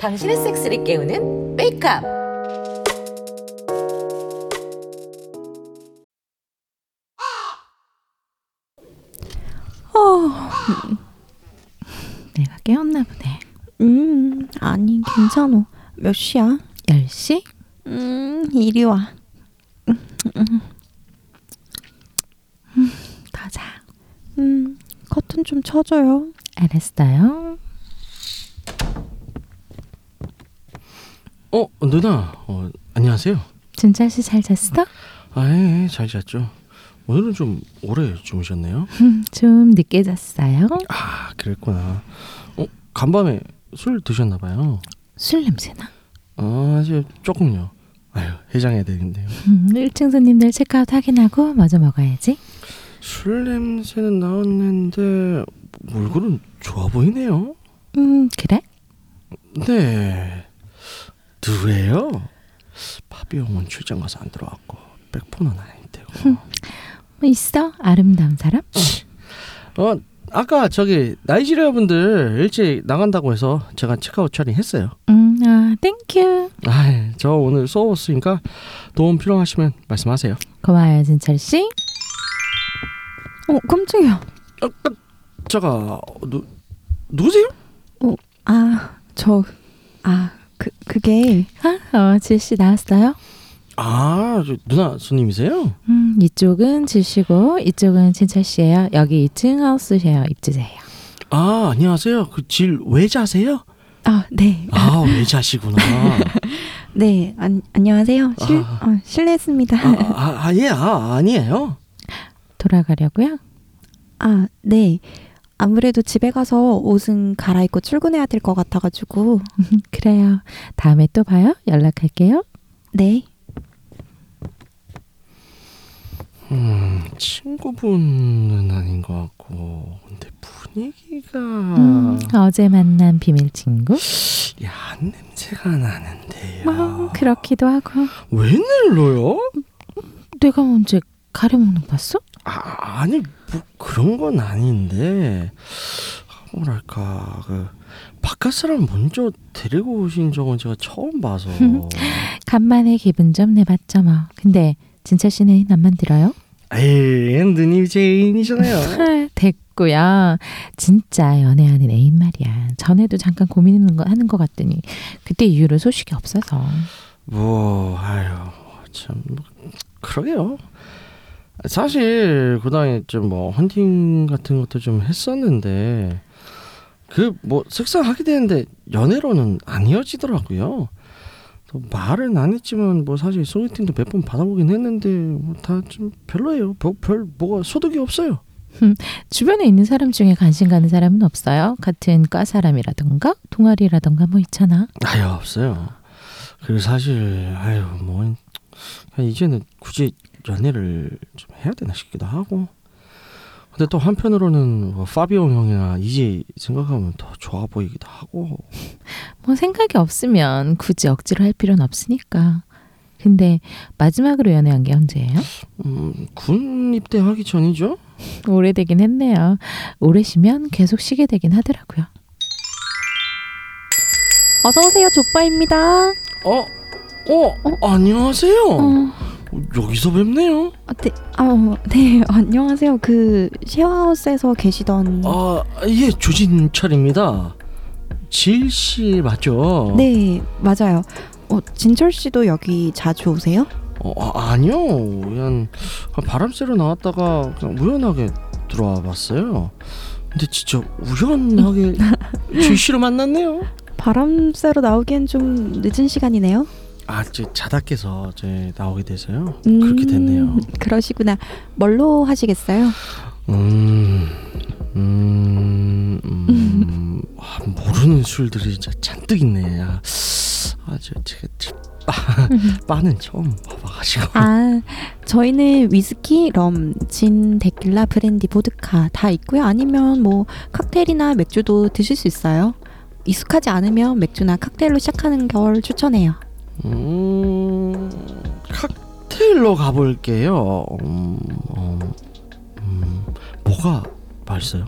당신의 섹스를 깨우는 메이크업. 어, 내가 깨웠나 보네. 음, 아니, 괜찮아. 몇 시야? 10시? 음, 이리 와. 가자. 음, 커튼 좀 쳐줘요. 알았어요. 어 누나 어, 안녕하세요. 준철 씨잘 잤어? 아예 잘 잤죠. 오늘은 좀 오래 주무셨네요. 음, 좀 늦게 잤어요. 아 그랬구나. 어 간밤에 술 드셨나 봐요. 술 냄새나? 아 이제 조금요. 아유 해장해야 되겠네요. 음, 1층 손님들 체크아웃 확인하고 먼저 먹어야지. 술 냄새는 나왔는데 얼굴은 좋아 보이네요. 음, 그래? 네. 누구예요? 파비용은 출장 가서 안 들어왔고 백폰은 아닌데고. 뭐 있어? 아름다운 사람? 어 아까 저기 나이지리아 분들 일찍 나간다고 해서 제가 체크아웃 처리했어요. 음, 아, 땡큐. 아, 저 오늘 수업 없으니까 도움 필요하시면 말씀하세요. 고마워요, 준철 씨. 어, 깜짝이야. 어, 어, 제가 누 누구세요? 아, 저, 아, 그, 그게. 아, 어, 질씨 나왔어요? 아, 저 누나 손님이세요? 음, 이쪽은 질씨고 이쪽은 진철 씨예요. 여기 2층 하우스 쉐어 입주자예요. 아, 안녕하세요. 그 질 외자세요? 아, 네. 아, 외자시구나. 네, 안, 안녕하세요. 실, 아. 어, 실례했습니다. 아, 아, 아, 예, 아, 아니에요. 돌아가려고요? 아, 네. 아무래도 집에 가서 옷은 갈아입고 출근해야 될 것 같아가지고. 그래요. 다음에 또 봐요. 연락할게요. 네. 음, 친구분은 아닌 것 같고, 근데 분위기가 음, 어제 만난 비밀 친구? 야한 냄새가 나는데요. 뭐 그렇기도 하고. 웬일로요? 내가 언제 가려먹는 거 봤어? 아, 아니 뭐 그런 건 아닌데 뭐랄까 그 바깥 사람 먼저 데리고 오신 적은 제가 처음 봐서 간만에 기분 좀 내봤죠 뭐. 근데 진철 씨는 남만 들어요? 에이 누님 제인이잖아요 아, 됐고요. 진짜 연애하는 애인 말이야. 전에도 잠깐 고민하는 거 하는 거 같더니 그때 이후로 소식이 없어서. 뭐 아유 참뭐 그러게요 사실 그 당에 좀 뭐 헌팅 같은 것도 좀 했었는데 그 뭐 색상하게 되는데 연애로는 안 이어지더라고요. 또 말은 안 했지만 뭐 사실 소개팅도 몇 번 받아보긴 했는데 뭐 다 좀 별로예요. 뭐, 별 뭐가 소득이 없어요. 주변에 있는 사람 중에 관심 가는 사람은 없어요. 같은 과 사람이라던가 동아리라던가 뭐 있잖아. 아유 없어요. 그리고 사실 아유 뭐 그냥 이제는 굳이 연애를 좀 해야 되나 싶기도 하고. 근데 또 한편으로는 뭐 파비오 형이나 이제 생각하면 더 좋아 보이기도 하고. 뭐 생각이 없으면 굳이 억지로 할 필요는 없으니까. 근데 마지막으로 연애한 게 언제예요? 음, 군 입대하기 전이죠. 오래되긴 했네요. 오래 쉬면 계속 쉬게 되긴 하더라고요. 어서오세요, 족바입니다. 어, 어, 안녕하세요. 어, 여기서 뵙네요. 아, 네, 아, 어, 네, 안녕하세요. 그, 쉐어하우스에서 계시던. 아, 예, 조진철입니다. 질 씨 맞죠? 네, 맞아요. 어, 진철 씨도 여기 자주 오세요? 어, 아, 아니요. 그냥 아, 바람 쐬러 나왔다가 그냥 우연하게 들어와 봤어요. 근데 진짜 우연하게 질 씨를 만났네요. 바람 쐬러 나오기엔 좀 늦은 시간이네요. 아, 저 자다 깨서 이제 나오게 돼서요. 음, 그렇게 됐네요. 그러시구나. 뭘로 하시겠어요? 음, 음, 음 아, 모르는 술들이 진짜 잔뜩 있네. 아, 아, 저 제가 저, 바, 바는 처음 봐봐가지고. 아, 저희는 위스키, 럼, 진, 데킬라, 브랜디, 보드카 다 있고요. 아니면 뭐 칵테일이나 맥주도 드실 수 있어요. 익숙하지 않으면 맥주나 칵테일로 시작하는 걸 추천해요. 음, 칵테일로 가볼게요. 음, 어, 음, 뭐가 음. 맛있어요?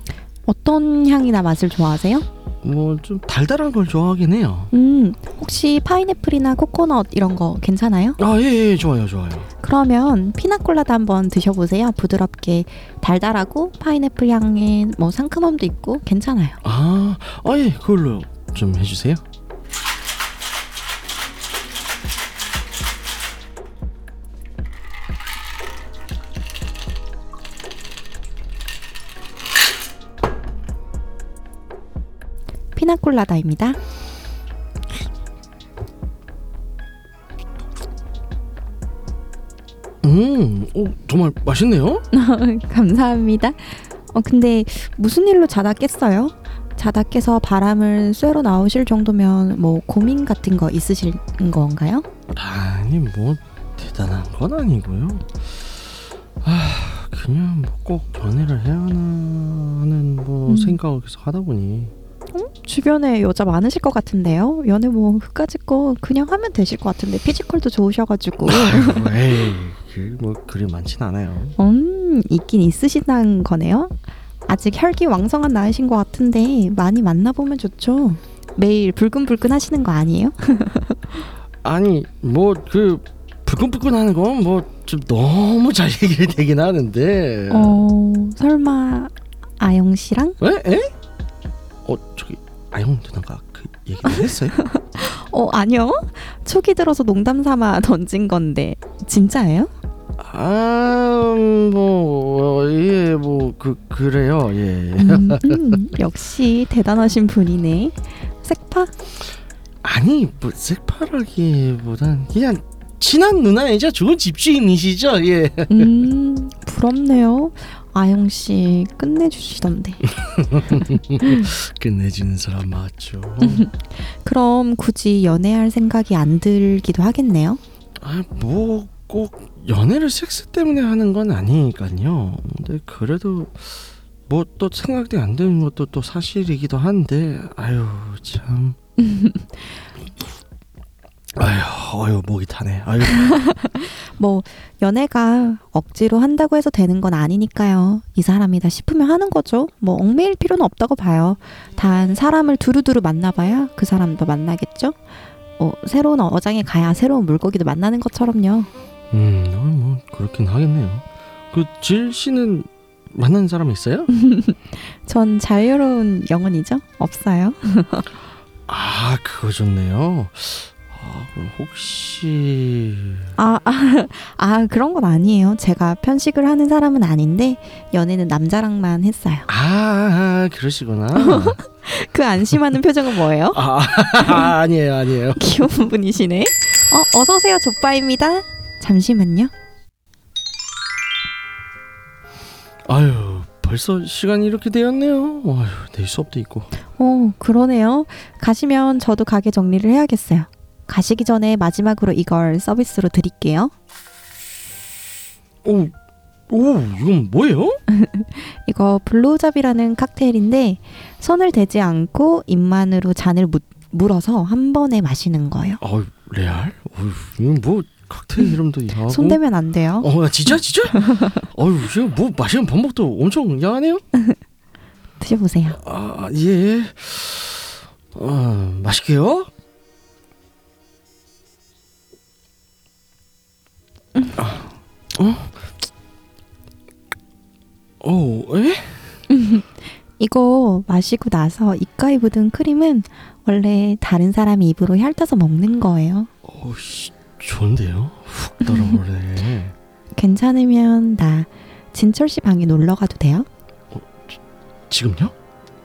어떤 향이나 맛을 좋아하세요? 뭐 좀 달달한 걸 좋아하긴 해요. 음, 혹시 파인애플이나 코코넛 이런 거 괜찮아요? 아, 예, 예, 좋아요, 좋아요. 그러면 피나콜라도 한번 드셔보세요. 부드럽게 달달하고 파인애플 향에 뭐 상큼함도 있고 괜찮아요. 아, 아, 예, 그걸로 좀 해주세요. 피나콜라다입니다. 음, 오, 정말 맛있네요. 감사합니다. 어, 근데 무슨 일로 자다 깼어요? 자다 깨서 바람을 쐬러 나오실 정도면 뭐 고민 같은 거 있으신 건가요? 아니, 뭐 대단한 건 아니고요. 아, 그냥 뭐꼭 연애를 해야 하나 하는 뭐 음. 생각을 계속 하다 보니 주변에 여자 많으실 것 같은데요. 연애 뭐 끝까지 거 그냥 하면 되실 것 같은데 피지컬도 좋으셔가지고 아이고, 에이, 그뭐 그리 많진 않아요. 음 있긴 있으시다는 거네요. 아직 혈기 왕성한 나이신 것 같은데 많이 만나보면 좋죠. 매일 불끈불끈 하시는 거 아니에요? 아니 뭐 그 불끈불끈하는 건 뭐 좀 너무 잘 얘기를 되긴 하는데. 어 설마 아영 씨랑? 에? 에? 어 저기 아영 누나가 그 얘기를 했어요? 어 아니요. 초기 들어서 농담 삼아 던진 건데 진짜예요? 아, 뭐, 아뭐예뭐그 그래요 예. 음, 음, 역시 대단하신 분이네. 색파? 아니 뭐 색파라기보단 그냥 친한 누나이자 좋은 집주인이시죠 예. 음 부럽네요. 아영 씨 끝내주시던데. 끝내주는 사람 맞죠. 그럼 굳이 연애할 생각이 안 들기도 하겠네요. 아뭐 꼭 연애를 섹스 때문에 하는 건 아니니까요. 근데 그래도 뭐 또 생각이 안 되는 것도 또 사실이기도 한데 아유 참. 아유 아유 목이 타네. 아유 뭐 연애가 억지로 한다고 해서 되는 건 아니니까요. 이 사람이다 싶으면 하는 거죠. 뭐 얽매일 필요는 없다고 봐요. 단 사람을 두루두루 만나봐야 그 사람도 만나겠죠. 어, 새로운 어장에 가야 새로운 물고기도 만나는 것처럼요. 음, 어, 뭐 그렇긴 하겠네요. 그 질 씨는 만난 사람 있어요? 전 자유로운 영혼이죠. 없어요. 아, 그거 좋네요. 아, 그럼 혹시 아, 아, 아 그런 건 아니에요. 제가 편식을 하는 사람은 아닌데 연애는 남자랑만 했어요. 아, 아, 아, 그러시구나. 그 안심하는 표정은 뭐예요? 아, 아, 아니에요, 아니에요. 귀여운 분이시네. 어, 어서 오세요. 족바입니다. 잠시만요. 아유, 벌써 시간이 이렇게 되었네요. 아유, 내일 수업도 있고. 어, 그러네요. 가시면 저도 가게 정리를 해야겠어요. 가시기 전에 마지막으로 이걸 서비스로 드릴게요. 오, 오, 이건 뭐예요? 이거 블로우잡이라는 칵테일인데 손을 대지 않고 입만으로 잔을 무, 물어서 한 번에 마시는 거예요. 아, 레알? 어휴, 이건 뭐 칵테일 이름도 이상하고. 손 대면 안 돼요. 어, 진짜, 진짜? 아유, 이거 뭐 마시는 방법도 엄청 야하네요. 드셔보세요. 아, 예. 어, 맛있게요. 아, 어? 어, 에? 이거 마시고 나서 입가에 묻은 크림은 원래 다른 사람이 입으로 핥아서 먹는 거예요. 어, 씨, 좋은데요? 훅 따라오네. 괜찮으면 나 진철 씨 방에 놀러 가도 돼요? 지금요?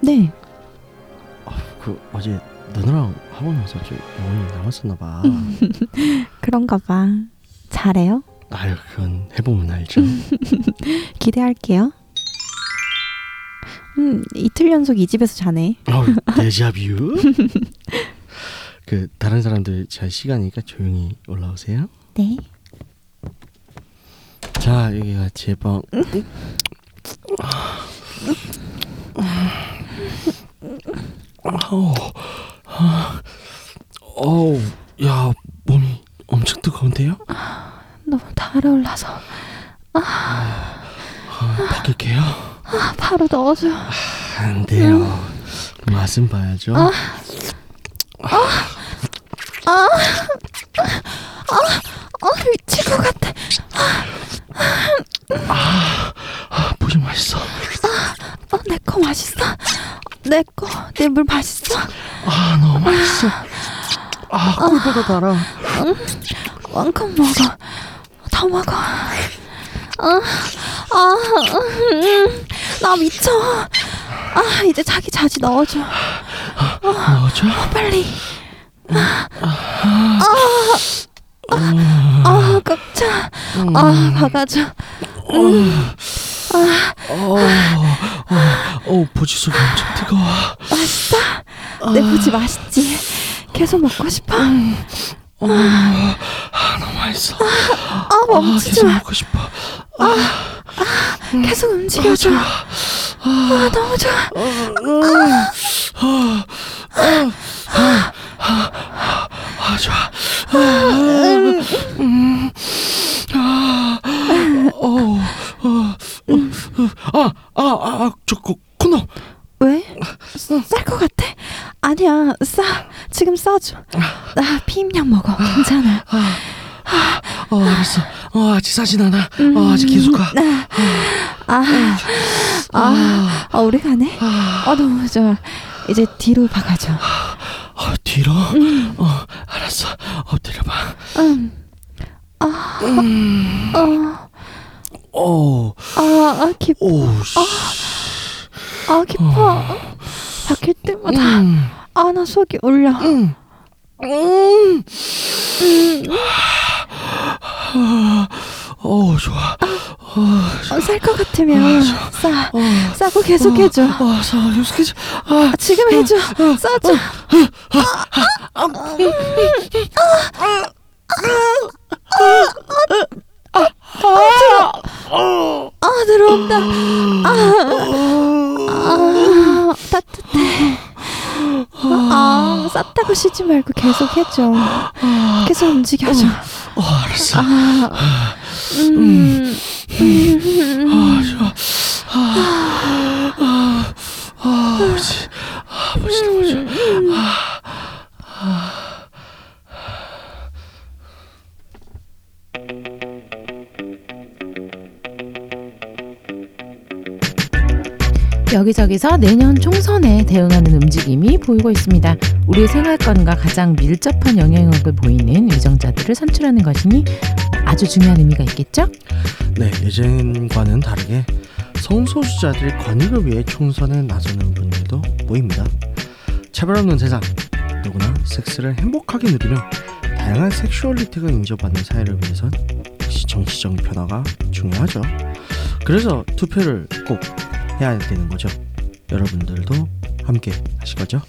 네. 그 어제 누나랑 학원 와서 좀 영혼이 남았었나 봐. 그런가 봐. 잘해요. 음. 아유, 그건 해보면 알죠. 기대할게요. 음, 이틀 연속 이 집에서 자네. 아우, 데자뷰. 그 다른 사람들 잘 시간이니까 조용히 올라오세요. 네. 자 여기가 제 방. 아우, 아, 어우, 야 몸이 엄청 뜨거운데요? 너무 달아올라서 아, 바뀔게요. 아, 바로 넣어줘. 아, 안 돼요. 음. 맛은 봐야죠. 아 미칠 것 같아. 아, 보지 맛있어. 어, 내거 맛있어. 내 거 내 물 맛있어. 아, 너무 맛있어. 아, 꿀보다 달아. 왕컵 먹어. 다 먹어. 아, 아, 음, 나 미쳐. 아, 이제 자기 자지 넣어줘. 넣어줘. 빨리. 아, 아, 아, 꽉 차. 아, 박아줘. 어, 어, 어, 보지 속이 엄청 뜨거워. 맛있어? 내 부지 맛있지? 계속 먹고 싶어? 아, 어, 아, 너무 맛있어. 아, 멈추지 계속 마. 먹고 싶어. 계속 움직여줘. 아, 너무 좋아. 아, 좋아. 아, 음, 아, 어, 어, 어, 아, 아, 아, 저 코, 콘돔. 왜? 쌀 것 같아? 아니야, 싸. 지금 싸줘. 나 피임약 먹어. 괜찮아. 어, 알았어. 어, 아직 싸진 않아. 어, 아직 계속 가. 아, 아, 아 오래 가네. 아, 너무 좋아. 이제 뒤로 박아줘. 어, 뒤로. 어, 알았어. 엎드려봐. 음. 아, 아, 오, 아, 아, 깊, 오, 씨. 아, 깊어. 박힐 때마다, 음, 아, 나 속이 울려. 음, 음. 어, 좋아. 어, 쌀것 같으면, 싸. 싸고 계속 해줘. 아, 사, 유스케지. 아, 아, 지금 해줘. 싸줘. 어. 아, 들어온다. 아, 따뜻해. 아, 쌌다고 쉬지 말고 계속 해줘. 계속 움직여줘. 어, 알았어. 음, 아, 좋아. 아, 아, 아, 아버지. 아, 아버지 너무 좋아. 여기저기서 내년 총선에 대응하는 움직임이 보이고 있습니다. 우리의 생활권과 가장 밀접한 영향력을 보이는 위정자들을 선출하는 것이니 아주 중요한 의미가 있겠죠? 네, 예전과는 다르게 성소수자들의 권익을 위해 총선에 나서는 분들도 모입니다. 차별 없는 세상, 누구나 섹스를 행복하게 누리며 다양한 섹슈얼리티가 인정받는 사회를 위해선 역시 정치적 변화가 중요하죠. 그래서 투표를 꼭 해야 되는 거죠. 여러분들도 함께 하실 거죠?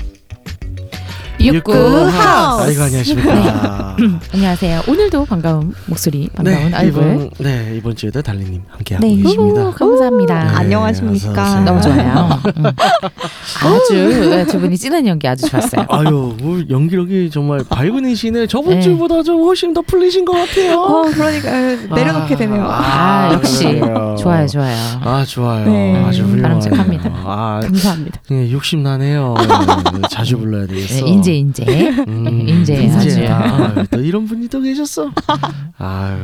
육구 하우스. 아이고 안녕하십니까. 네, 안녕하세요. 오늘도 반가운 목소리, 반가운 얼굴. 이번 네 이번 주에도 달리님 함께 하고 네. 우, 계십니다. 감사합니다. 네, 안녕하십니까. 어서 오세요. 너무 좋아요. 음. 아주 네, 두 분이 찐한 연기 아주 좋았어요. 아유, 뭐 연기력이 정말 발군이시네. 저번 네. 주보다 좀 훨씬 더 풀리신 것 같아요. 어, 그러니까 내려놓게 되네요. 아, 역시 좋아요, 좋아요. 어. 아 좋아요. 네. 아주 훌륭해요. 바람직합니다. 아, 감사합니다. 예, 욕심 나네요. 자주 불러야 되겠어. 네, 인제 인제. 음, 인제 인제야. 아주. 아유, 또 이런 분이 또 계셨어. 아유,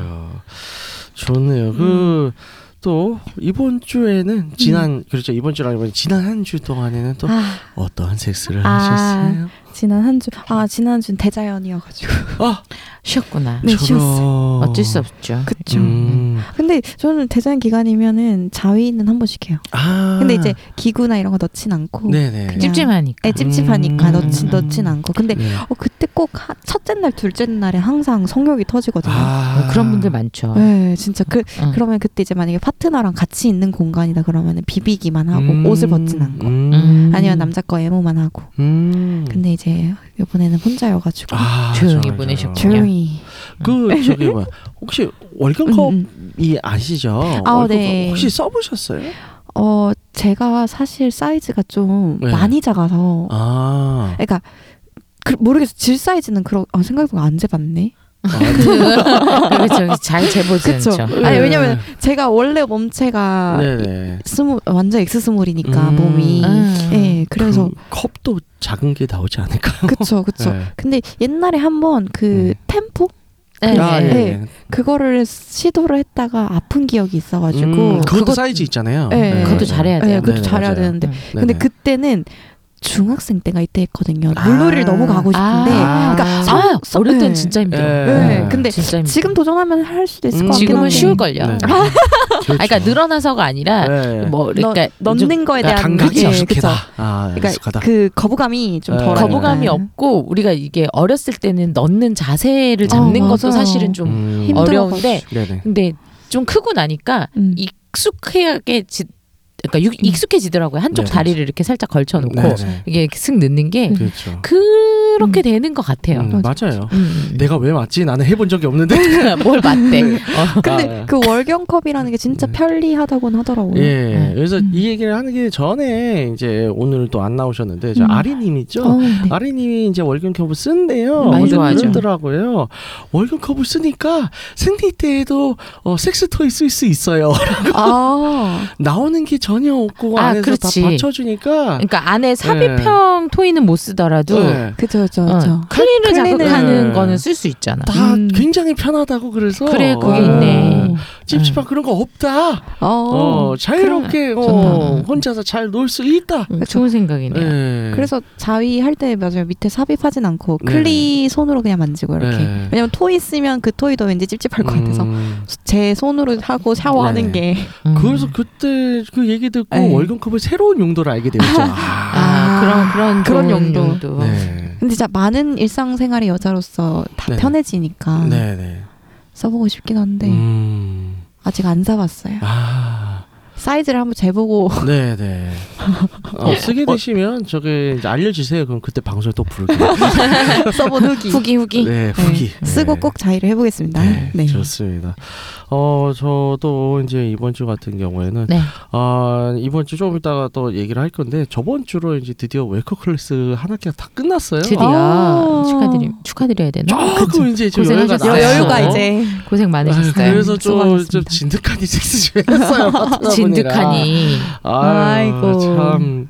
좋네요. 음. 그. 또 이번 주에는 지난 그렇죠 이번 주랑 이번 지난 한 주 동안에는 또 아, 어떠한 섹스를 아. 하셨어요? 지난 한 주, 아, 지난 주는 대자연이어가지고. 아 쉬었구나. 네, 저런. 어쩔 수 없죠. 그쵸. 음. 근데 저는 대자연 기간이면은 자위는 한 번씩 해요. 아. 근데 이제 뭐 기구나 이런 거 넣진 않고. 네네. 그냥- 찝찝하니까. 애 찝찝하니까 음. 넣진, 넣진 않고. 근데 네. 어, 그때 꼭 하- 첫째 날, 둘째 날에 항상 성욕이 터지거든요. 아. 음. 어, 뭐 그런 분들 많죠. 네, 진짜 그 응. 그러면 그때 이제 만약에 파트너랑 같이 있는 공간이다 그러면은 비비기만 하고 음. 옷을 벗진 않고 음. 아니면 남자 거 애무만 하고. 음. 근데 음, 이제 이번에는 혼자여가지고 아, 조용히 저런, 보내셨군요. 저런. 조용히. 그 저기 뭐 혹시 월경컵이 음, 음. 아시죠? 아, 월경컵 네. 혹시 써보셨어요? 어 제가 사실 사이즈가 좀 네. 많이 작아서. 아. 그러니까 그, 모르겠어 질 사이즈는 그런 아, 생각보다 안 재봤네. 그렇죠. 잘 재보지 그쵸. 않죠. 음. 아니 왜냐면 제가 원래 몸체가 네. 네네. 스무 완전 엑스스몰이니까 음. 몸이 음. 예 그래서 그 컵도 작은 게 나오지 않을까요? 그쵸 그쵸 네. 근데 옛날에 한번 그 네. 템포 네. 아, 예. 네. 예. 그거를 시도를 했다가 아픈 기억이 있어가지고 음, 그것도 그것- 사이즈 있잖아요. 네. 그것도 잘해야 예, 돼요. 그것도 네네, 잘해야 맞아요. 되는데 음. 네네. 근데 그때는 중학생 때가 이때 했거든요 아. 물놀이를 너무 가고 싶은데 네. 아, 그러니까 아, 성- 성- 어릴 땐 네. 진짜 힘들어. 예. 네, 근데 진짜 힘들어. 지금 도전하면 할 수도 있을 음, 것 같긴 지금은 한데 쉬울 걸요. 네. 아, 그렇죠. 그러니까 늘어나서가 아니라 네. 뭐 그러니까 넣- 좀 넣는 거에 그러니까 대한 감각이 그게- 익숙하다. 그쵸. 아, 그러니까 익숙하다. 그 거부감이 좀 네. 덜. 거부감이 없고 우리가 이게 어렸을 때는 넣는 자세를 잡는 어, 것도 맞아요. 사실은 좀 음. 힘들어가지고. 어려운데 네네. 근데 좀 크고 나니까 음. 익숙하게 지 그러니까 육- 음. 익숙해지더라고요. 한쪽 네. 다리를 이렇게 살짝 걸쳐 놓고 네네. 이게 슥 넣는 게 그렇죠. 음, 그렇게 음. 되는 것 같아요. 음, 맞아요. 음. 내가 왜 맞지? 나는 해본 적이 없는데. 뭘 맞대. 어. 근데 아, 예. 그 월경컵이라는 게 진짜 음. 네. 편리하다고는 하더라고요. 예, 네. 그래서 음. 이 얘기를 하는 게 전에 이제 오늘 또 안 나오셨는데 저 음. 아리님 있죠. 어, 네. 아리님이 이제 월경 컵을 쓴대요. 많이 근데 좋아하죠. 그러더라고요. 월경 컵을 쓰니까 생리 때에도 어, 섹스 토이 쓸 수 있어요. 아, 나오는 게 전혀 없고 아, 안에서 그렇지. 다 받쳐주니까. 그러니까 안에 삽입형 토이는 못 쓰더라도 네. 그죠, 그죠, 어, 그죠. 클린을 클린을- 자극하는 네. 거는 쓸 수 있잖아. 다 음. 굉장히 편하다고 그래서 그래, 그게 어, 있네. 찝찝한 그런 거 없다. 어, 어, 자유롭게 어, 좋다. 혼자서 잘 놀 수 있다. 음, 좋은 생각이네요. 예. 그래서 자위할 때 맞아요. 밑에 삽입하진 않고 네. 클리 손으로 그냥 만지고 이렇게. 네. 왜냐면 토이 쓰면 그 토이도 왠지 찝찝할 것 같아서 음. 제 손으로 하고 샤워하는 네. 게 음. 그래서 그때 그 얘기 듣고 네. 월경컵의 새로운 용도를 알게 되었죠. 아. 아, 뭐. 그런 그런 그런 좋은 용도. 네. 근데 진짜 많은 일상생활의 여자로서 다 네. 편해지니까 네네. 써보고 싶긴 한데 음. 아직 안 사봤어요. 아. 사이즈를 한번 재보고 네네. 어, 쓰게 되시면 저게 이제 알려주세요. 그럼 그때 방송에 또 부를게요. 써본 후기. 후기 후기. 네, 후기. 네, 쓰고 네. 꼭 자의를 해보겠습니다. 네, 네. 좋습니다. 어, 저도 이제 이번 주 같은 경우에는 네. 아, 이번 주 조금 있다가 또 얘기를 할 건데 저번 주로 이제 드디어 웨이커 클래스 한 학기가 다 끝났어요. 드디어 아. 축하드리 축하드려야 되나? 조금 이제 좀 여유가 고생하셨어요. 나요. 여, 여유가 어? 이제 고생 많으셨어요. 아, 그래서 좀, 좀 수고하셨습니다. 진득하니 섹스 좀 했어요. 파트너분이랑. 진득하니 아유, 아이고. 참.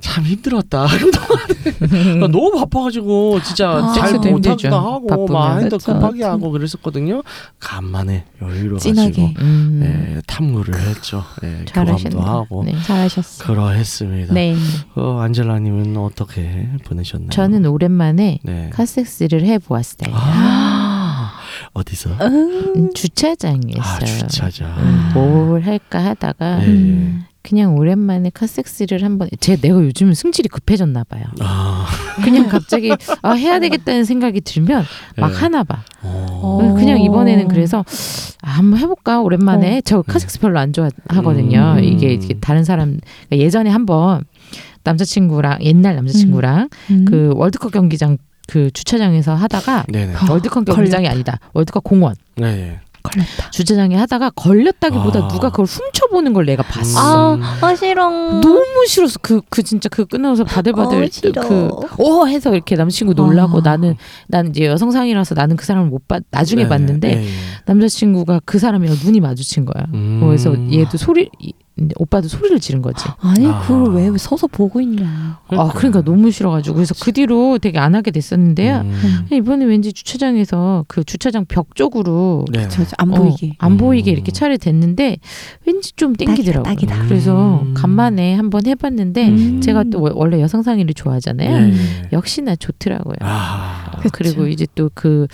참 힘들었다. 나 너무 바빠가지고 진짜 아, 잘 섹스도 못하기도 힘들죠. 하고 바쁘면. 막 핸드 그쵸. 급하게 하고 그랬었거든요. 간만에 여유로 가지고 진하게 음, 예, 탐구를 했죠. 예, 교감도 잘하셨네요. 하고 네. 잘하셨어. 그러했습니다. 네. 어, 안젤라님은 어떻게 보내셨나요? 저는 오랜만에 네. 카섹스를 해 보았어요. 음, 아, 어디서? 주차장이었어요. 아 주차장. 음, 뭘 할까 하다가 예, 음. 그냥 오랜만에 카섹스를 한번 제 내가 요즘 승질이 급해졌나 봐요. 예. 아, 그냥 갑자기 아, 해야 되겠다는 생각이 들면 막 예. 하나 봐. 어. 어. 음, 그냥 이번에는 그래서 아, 한번 해볼까 오랜만에 네. 저 카섹스 별로 안 좋아하거든요. 음. 이게, 이게 다른 사람 그러니까 예전에 한번 남자친구랑 옛날 남자친구랑 음. 그 월드컵 경기장 그 주차장에서 하다가 네네. 월드컵 아, 걸렸다. 경기장이 아니다 월드컵 공원 네. 걸렸다. 주차장에 하다가 걸렸다기보다 아. 누가 그걸 훔쳐보는 걸 내가 봤어. 아, 음. 아 싫어. 너무 싫어서 그 그 진짜 그 끝나고서 바들바들 그 어, 싫어. 그어 해서 이렇게 남친구 놀라고 아. 나는 난 이제 여성상이라서 나는 그 사람을 못봤 네, 나중에 네, 봤는데 예, 남자친구가 그 사람이랑 눈이 마주친 거야. 음. 그래서 얘도 아, 소리 이- 이제 오빠도 소리를 지른 거지. 아니 아. 그걸 왜 서서 보고 있냐. 아 그러니까 너무 싫어가지고 그래서 그 뒤로 되게 안 하게 됐었는데요. 음. 이번에 왠지 주차장에서 그 주차장 벽 쪽으로 네. 저, 저안 어, 보이게. 안 보이게 음. 이렇게 차를 댔는데 왠지 좀 땡기더라고요. 딱이다, 딱이다. 그래서 음. 간만에 한번 해봤는데 음. 네, 제가 또 원- 원래 여성 상의를 예, 좋아하잖아요. 음. 예. 역시나 좋더라고요. 아. 그리고 이제 또 그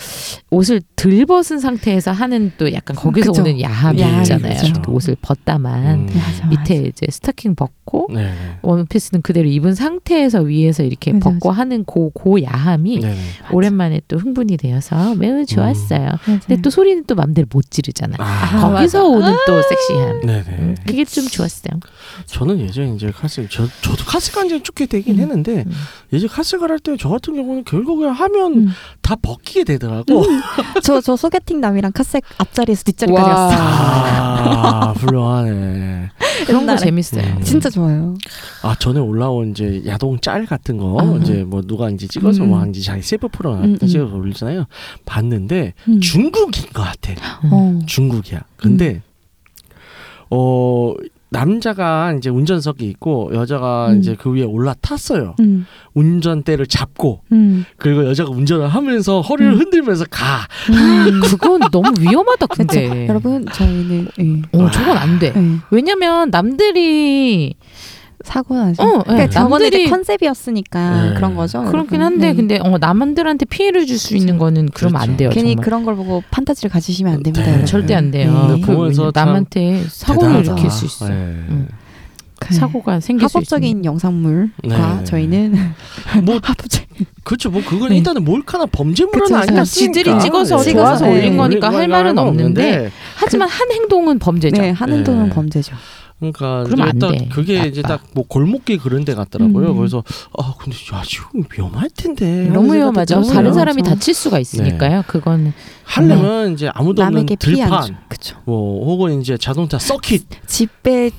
옷을 들 벗은 상태에서 하는 또 약간 거기서 그쵸. 오는 야함이 야함이 있잖아요. 그쵸. 그 옷을 벗다만 음. 네, 맞아, 밑에 이제 스타킹 벗고 네. 원피스는 그대로 입은 상태에서 위에서 이렇게 맞아, 벗고 하는 고, 고 야함이 네. 맞아. 오랜만에 또 흥분이 되어서 매우 좋았어요. 맞아. 근데 또 소리는 또 맘대로 못 지르잖아요. 아. 아, 거기서 오는 또 섹시함. 네네. 음, 그게 좀 좋았어요. 저는 예전에 이제 카스, 저, 저도 카스가 이제 좋게 되긴 음. 했는데, 음. 예전 카스가 할 때 저 같은 경우는 결국에 하면 음. 보면 다 벗기게 되더라고. 음. 저, 저 소개팅 남이랑 카색 앞자리에서 뒷자리까지 아, 갔어. 와, 훌륭하네. 그런 거 옛날에. 네. 재밌어요. 음. 진짜 좋아요. 아 전에 올라온 이제 야동 짤 같은 거 음, 아. 이제 뭐 누가 이제 찍어서 음. 뭐 하는지 자기 셀프 프로 음, 음. 찍어서 올리잖아요. 봤는데 음. 중국인 것 같아. 어. 음. 중국이야. 음. 근데 어 남자가 이제 운전석에 있고 여자가 음. 이제 그 위에 올라탔어요. 음. 운전대를 잡고 음. 그리고 여자가 운전을 하면서 허리를 음. 흔들면서 가. 네. 음. 그건 너무 위험하다 그렇죠. 근데. 여러분 저희는 예. 어, 저건 안 돼. 예. 왜냐면 남들이 사고 나죠. 어, 예, 그러니까 저번에 남들이 이제 컨셉이었으니까 네. 그런 거죠. 그렇긴 여러분. 한데 네. 근데 어 남들한테 피해를 줄 수 있는 거는 그러면 안 그렇죠. 돼요. 괜히 정말. 그런 걸 보고 판타지를 가지시면 안 됩니다. 네. 여러분. 절대 안 돼요. 네. 그 보면서 왜냐- 참 남한테 사고를 대단하다. 일으킬 수 있어. 요 예. 음. 그 사고가 생길 수 있어. 합법적인 영상물과 네. 저희는 뭐 합법적 그렇죠. 뭐 그건 네. 일단은 몰카나 범죄물은 그쵸, 아니니까. 그쵸. 지들이 찍어서 찍어서, 좋아서 네. 올린 거니까 할 말은 없는데 하지만 한 행동은 범죄죠. 네, 하는 네. 돈은 범죄죠. 그러니까 이제 그러면 안 딱 돼. 그게 이제 나빠. 딱 뭐 골목길 그런 데 같더라고요. 음. 그래서 아 근데 야 지금 위험할 텐데. 너무 위험하죠. 네. 들었어요. 다른 사람이 그렇죠. 다칠 수가 있으니까요. 그건 하려면 이제 아무도 없는 남에게 피해 안 들판 주. 그쵸. 뭐 혹은 이제 자동차 서킷 집에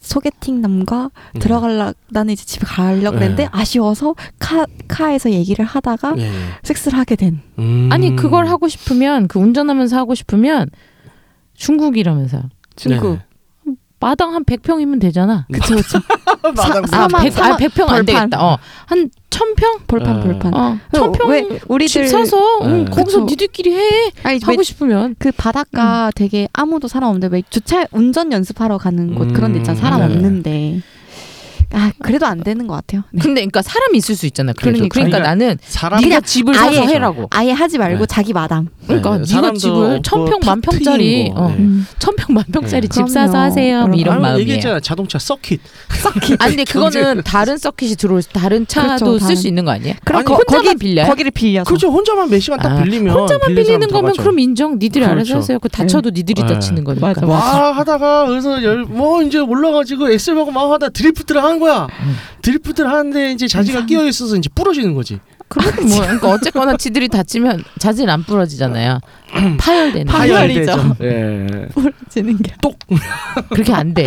소개팅 남과 음. 들어갈라 나는 이제 집에 가려고 했는데 네. 아쉬워서 카 카에서 얘기를 하다가 예. 섹스를 하게 된. 음. 아니 그걸 하고 싶으면 그 운전하면서 하고 싶으면 중국이라면서 중국. 네. 마당 한 100평이면 되잖아. 그쵸 그쵸. 마당 아, 사막, 100, 아 사막 100평 안 벌판. 되겠다. 어. 한 1000평? 어. 볼판 볼판. 어. 그럼 1000평 왜 집 우리들 사서 응, 네. 거기서 그쵸. 니들끼리 해 아니 왜 하고 싶으면 그 바닷가 되게 아무도 사람 없는데 왜 주차 운전 연습하러 가는 곳 음, 그런 데 있잖아 사람 네. 없는데 아 그래도 안 되는 것 같아요. 근데 그러니까 사람이 있을 수 있잖아 그러니까, 그렇죠. 그러니까 그러니까 나는 사람 네가 집을 아예- 사서 해라고 아예 하지 말고 네. 자기 마당. 그러니까 네가 사람도 집을 없고 천평 탁 만평짜리 트인 거. 어. 네. 음. 천평 만평짜리 네. 집 사서 그럼요. 하세요 뭐 이런 아니, 마음이에요 얘기했잖아 자동차 서킷. 아 근데 그거는 다른 서킷이 들어올 수 다른 차도 그렇죠, 쓸 다른- 수 있는 거 아니야? 그럼 아니, 거, 혼자만 거기 빌려요? 거기를 빌려서. 그렇죠 혼자만 몇 시간 딱 아, 빌리면 혼자만 빌린 사람 빌리는 거면 들어가죠. 그럼 인정 니들이 알아서 그렇죠. 하세요 그 다쳐도 니들이 네. 다치는 거니까 뭐, 맞아, 맞아. 와 하다가 그래서 열, 뭐 이제 올라가지고 SM하고 막 하다 드리프트를 한 거야. 음. 드리프트를 하는데 이제 자지가 끼어 있어서 이제 부러지는 거지. 그러면 뭐 그러니까 어쨌거나 지들이 다치면 자질 안 부러지잖아요 파열되는 파열. 거예요. 파열이죠. 음. 파열되죠. 예. 부러지는 게. 그러니까 그렇게 안돼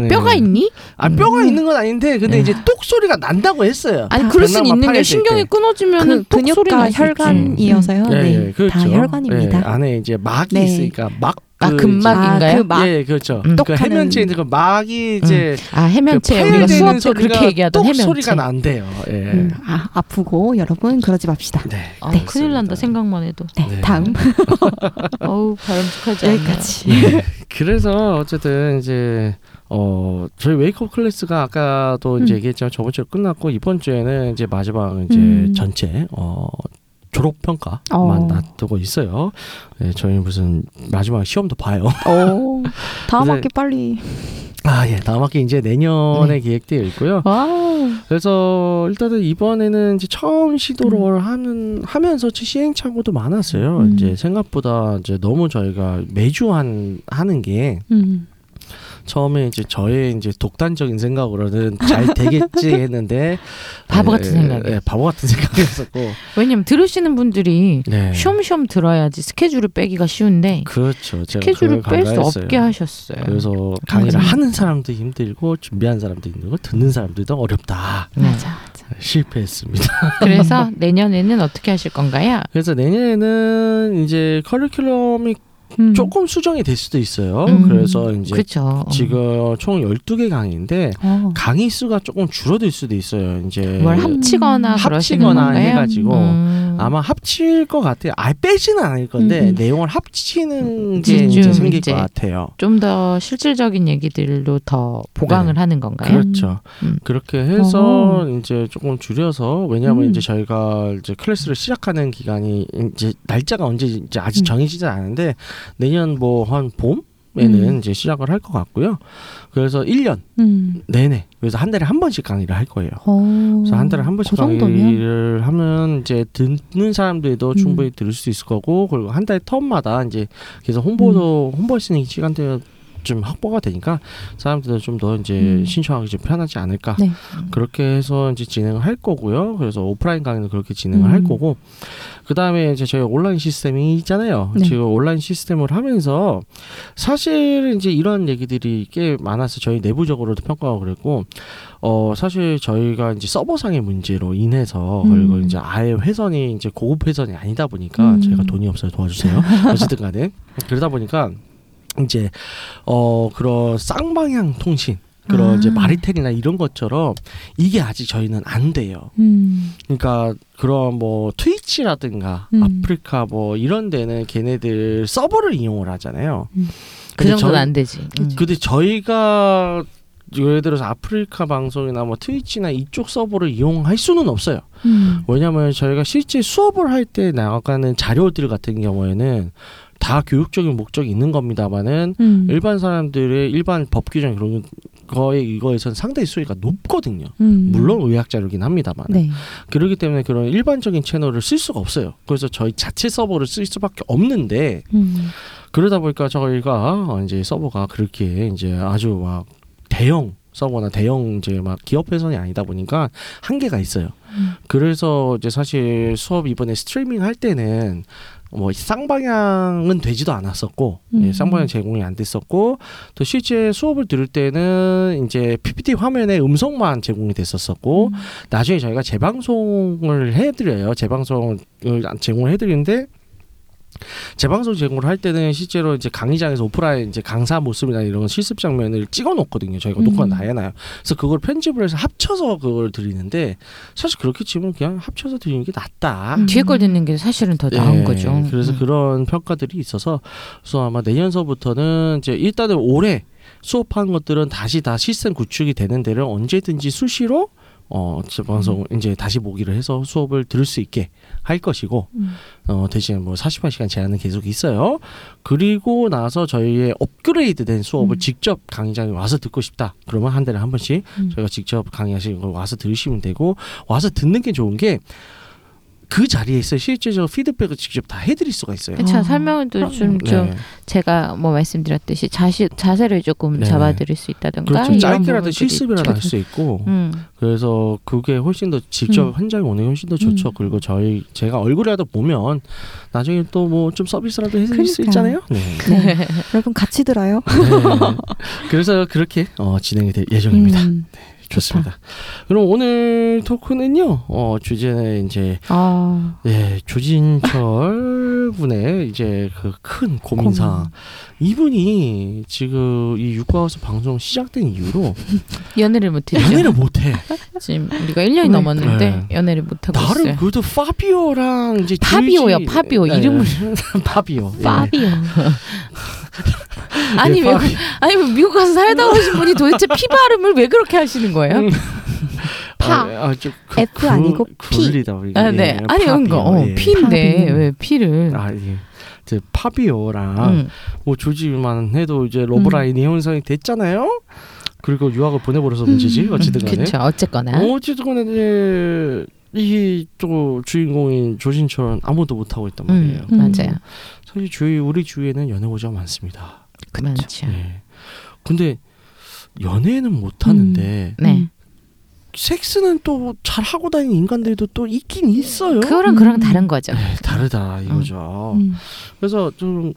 네. 뼈가 음. 네. 있니? 아 뼈가 있는 건 아닌데 근데 이제 똑 소리가 난다고 했어요. 아니 그럴 순 변나마 있는 게 파열될 신경이 때. 끊어지면 그 근육과 음. 혈관이어서요. 예, 네, 예, 그렇죠. 다 예, 혈관입니다. 안에 이제 막이 네. 있으니까 막. 아, 그 근막. 이제- 막인가요? 아, 그 막. 예, 그렇죠. 음. 그러니까 똑하는- 해면체에 있는 그 막이 이제 아 그 해면체 우리가 파열되는 수업 때 소리가 그렇게 얘기하던 똑 해면체. 소리가 난대요. 예. 음, 아, 아프고 여러분 그러지 맙시다. 네. 아, 그렇습니다. 큰일 난다 생각만 해도. 네, 네. 다음 어우 바람직하지 않네. 여기까지. 예. 그래서 어쨌든 이제 어 저희 웨이크업 클래스가 아까도 이제 음. 얘기했지만 저번 주에 끝났고 이번 주에는 이제 마지막 이제 음. 전체 어 졸업 평가만 어. 놔두고 있어요. 네, 저희 무슨 마지막 시험도 봐요. 오, 다음 이제- 학기 빨리. 아 예, 다음 학기 이제 내년에 네. 기획되어 있고요. 와. 그래서 일단은 이번에는 이제 처음 시도를 하는 하면서 시행착오도 많았어요. 음. 이제 생각보다 이제 너무 저희가 매주 한 하는 게 음. 처음에 이제 저의 이제 독단적인 생각으로는 잘 되겠지 했는데 바보 같은 예, 생각이. 예, 바보 같은 생각이었었고 왜냐면 들으시는 분들이 네. 쉬엄쉬엄 들어야지 스케줄을 빼기가 쉬운데 그렇죠. 제가 스케줄을 그걸 뺄 수 간과했어요. 없게 하셨어요. 음. 그래서 강의를 맞아요. 하는 사람도 힘들고 준비한 사람도 힘들고 듣는 사람들도 어렵다. 맞아, 맞아. 실패했습니다. 네. 그래서 내년에는 어떻게 하실 건가요? 그래서 내년에는 이제 커리큘럼이 음. 조금 수정이 될 수도 있어요. 음. 그래서 이제 그렇죠. 지금 총 12개 강의인데 어. 강의 수가 조금 줄어들 수도 있어요. 이제 뭘 합치거나 음, 합치거나 그러시는 건가요? 해가지고 음. 아마 합칠 것 같아요. 아예 빼지는 않을 건데 음. 내용을 합치는 게 음, 이제 좀 생길 이제 것 같아요. 좀 더 실질적인 얘기들로 더 보강을 하는 건가요? 네. 그렇죠. 음. 그렇게 해서 이제 조금 줄여서 왜냐하면 음. 이제 저희가 이제 클래스를 시작하는 기간이 이제 날짜가 언제인지 아직 음. 정해지지 않은데 내년 뭐 한 봄? 에는 음. 이제 시작을 할 것 같고요. 그래서 1년 음. 내내 그래서 한 달에 한 번씩 강의를 할 거예요. 어. 그래서 한 달에 한 번씩 그 정도면 강의를 하면 이제 듣는 사람들도 음. 충분히 음. 들을 수 있을 거고 그리고 한 달 텀마다 이제 계속 홍보도 홍보할 수 있는 시간대가 좀 확보가 되니까 사람들은 좀 더 이제 음. 신청하기 좀 편하지 않을까 네. 그렇게 해서 이제 진행을 할 거고요. 그래서 오프라인 강의는 그렇게 진행을 할 음. 거고 그 다음에 이제 저희 온라인 시스템이 있잖아요. 네. 지금 온라인 시스템을 하면서 사실 이제 이런 얘기들이 꽤 많아서 저희 내부적으로도 평가하고 그랬고 어 사실 저희가 이제 서버상의 문제로 인해서 음. 그리고 이제 아예 회선이 이제 고급 회선이 아니다 보니까 음. 제가 돈이 없어요 도와주세요 어쨌든간에 그러다 보니까 이제 어 그런 쌍방향 통신 그런 아. 이제 마리텔이나 이런 것처럼 이게 아직 저희는 안 돼요. 음. 그러니까 그런 뭐 트위치라든가 음. 아프리카 뭐 이런 데는 걔네들 서버를 이용을 하잖아요. 음. 그 근데 그 정도는 저희- 안 되지. 음. 근데 저희가 예를 들어서 아프리카 방송이나 뭐 트위치나 이쪽 서버를 이용할 수는 없어요. 음. 왜냐면 저희가 실제 수업을 할 때 나가는 자료들 같은 경우에는 다 교육적인 목적이 있는 겁니다만은 음. 일반 사람들의 일반 법 규정 그런 거에 이거에선 상당히 수위가 높거든요. 음. 물론 의학 자료긴 합니다만 네. 그렇기 때문에 그런 일반적인 채널을 쓸 수가 없어요. 그래서 저희 자체 서버를 쓸 수밖에 없는데 음. 그러다 보니까 저희가 이제 서버가 그렇게 이제 아주 막 대형 서버나 대형 이제 막 기업 회선이 아니다 보니까 한계가 있어요. 음. 그래서 이제 사실 수업 이번에 스트리밍 할 때는 뭐 쌍방향은 되지도 않았었고 음. 예, 쌍방향 제공이 안 됐었고 또 실제 수업을 들을 때는 이제 PPT 화면에 음성만 제공이 됐었었고 음. 나중에 저희가 재방송을 해드려요 재방송을 제공을 해드리는데 재방송 제공을 할 때는 실제로 이제 강의장에서 오프라인 이제 강사 모습이나 이런 실습 장면을 찍어 놓거든요. 저희가 음. 녹화 다 해놔요. 그래서 그걸 편집을 해서 합쳐서 그걸 드리는데 사실 그렇게 치면 그냥 합쳐서 드리는 게 낫다. 음. 뒤에 걸 듣는 게 사실은 더 나은 예, 거죠. 그래서 음. 그런 평가들이 있어서 그래서 아마 내년서부터는 이제 일단은 올해 수업한 것들은 다시 다 시스템 구축이 되는 데를 언제든지 수시로 어 방송 음. 이제 다시 보기를 해서 수업을 들을 수 있게 할 것이고 음. 어 대신 뭐 48시간 제한은 계속 있어요. 그리고 나서 저희의 업그레이드된 수업을 음. 직접 강의장에 와서 듣고 싶다. 그러면 한 달에 한 번씩 음. 저희가 직접 강의하시는 걸 와서 들으시면 되고 와서 듣는 게 좋은 게 그 자리에서 실제적 피드백을 직접 다 해드릴 수가 있어요. 그쵸 어. 설명도 좀, 좀 네. 제가 뭐 말씀드렸듯이 자시, 자세를 조금 네. 잡아드릴 수 있다든가 그렇죠. 이런 짧게라도 부분들이 실습이라도 있죠. 할 수 있고 음. 그래서 그게 훨씬 더 직접 음. 현장에 오는 게 훨씬 더 좋죠. 음. 그리고 저희 제가 얼굴이라도 보면 나중에 또 뭐 좀 서비스라도 해드릴 수 그러니까요. 있잖아요. 네. 네. 여러분 같이 들어요. 네. 그래서 그렇게 어, 진행이 될 예정입니다. 네, 음. 좋습니다. 그럼 오늘 토크는요. 어, 주제는 이제 아, 예, 조진철 분의 이제 그 큰 고민. 고민사항. 이분이 지금 이 육가하우스 방송 시작된 이후로 연애를 못했죠. 연애를 못해. 지금 우리가 1년이 네. 넘었는데 연애를 못하고 나름 있어요. 그래도 파비오랑 이제 파비오요, 조이지- 파비오. 예, 이름을. 파비오. 예. 파비오. 아니 예, 왜 파비- 아니 왜 미국 가서 살다 오신 분이 도대체 피 발음을 왜 그렇게 하시는 거예요? 파. 음. 아, 아, 좀 그, F 아니고 P. 굴리다 보니까. 아, 네. 예, 아니 파비오, 뭔가 어, 예. 피인데 파비오. 왜 피를? 아, 예. 이제 파비오랑 음. 뭐 조지만 해도 이제 러브라인이 형성이 됐잖아요. 그리고 유학을 보내버려서 문제지 어찌든간에. 음. 그렇죠. 어쨌거나 어찌든간에 이제 이또 주인공인 조신철은 아무도 못 하고 있단 말이에요. 음, 맞아요. 사실 주위 우리 주위에는 연애고자가 많습니다. 그렇죠. 예. 근데 연애는 못 하는데 네. 섹스는 또 잘 하고 다니는 인간들도 또 있긴 있어요. 그거랑 그랑 다른 거죠. 네, 다르다 이거죠. 음. 그래서 좀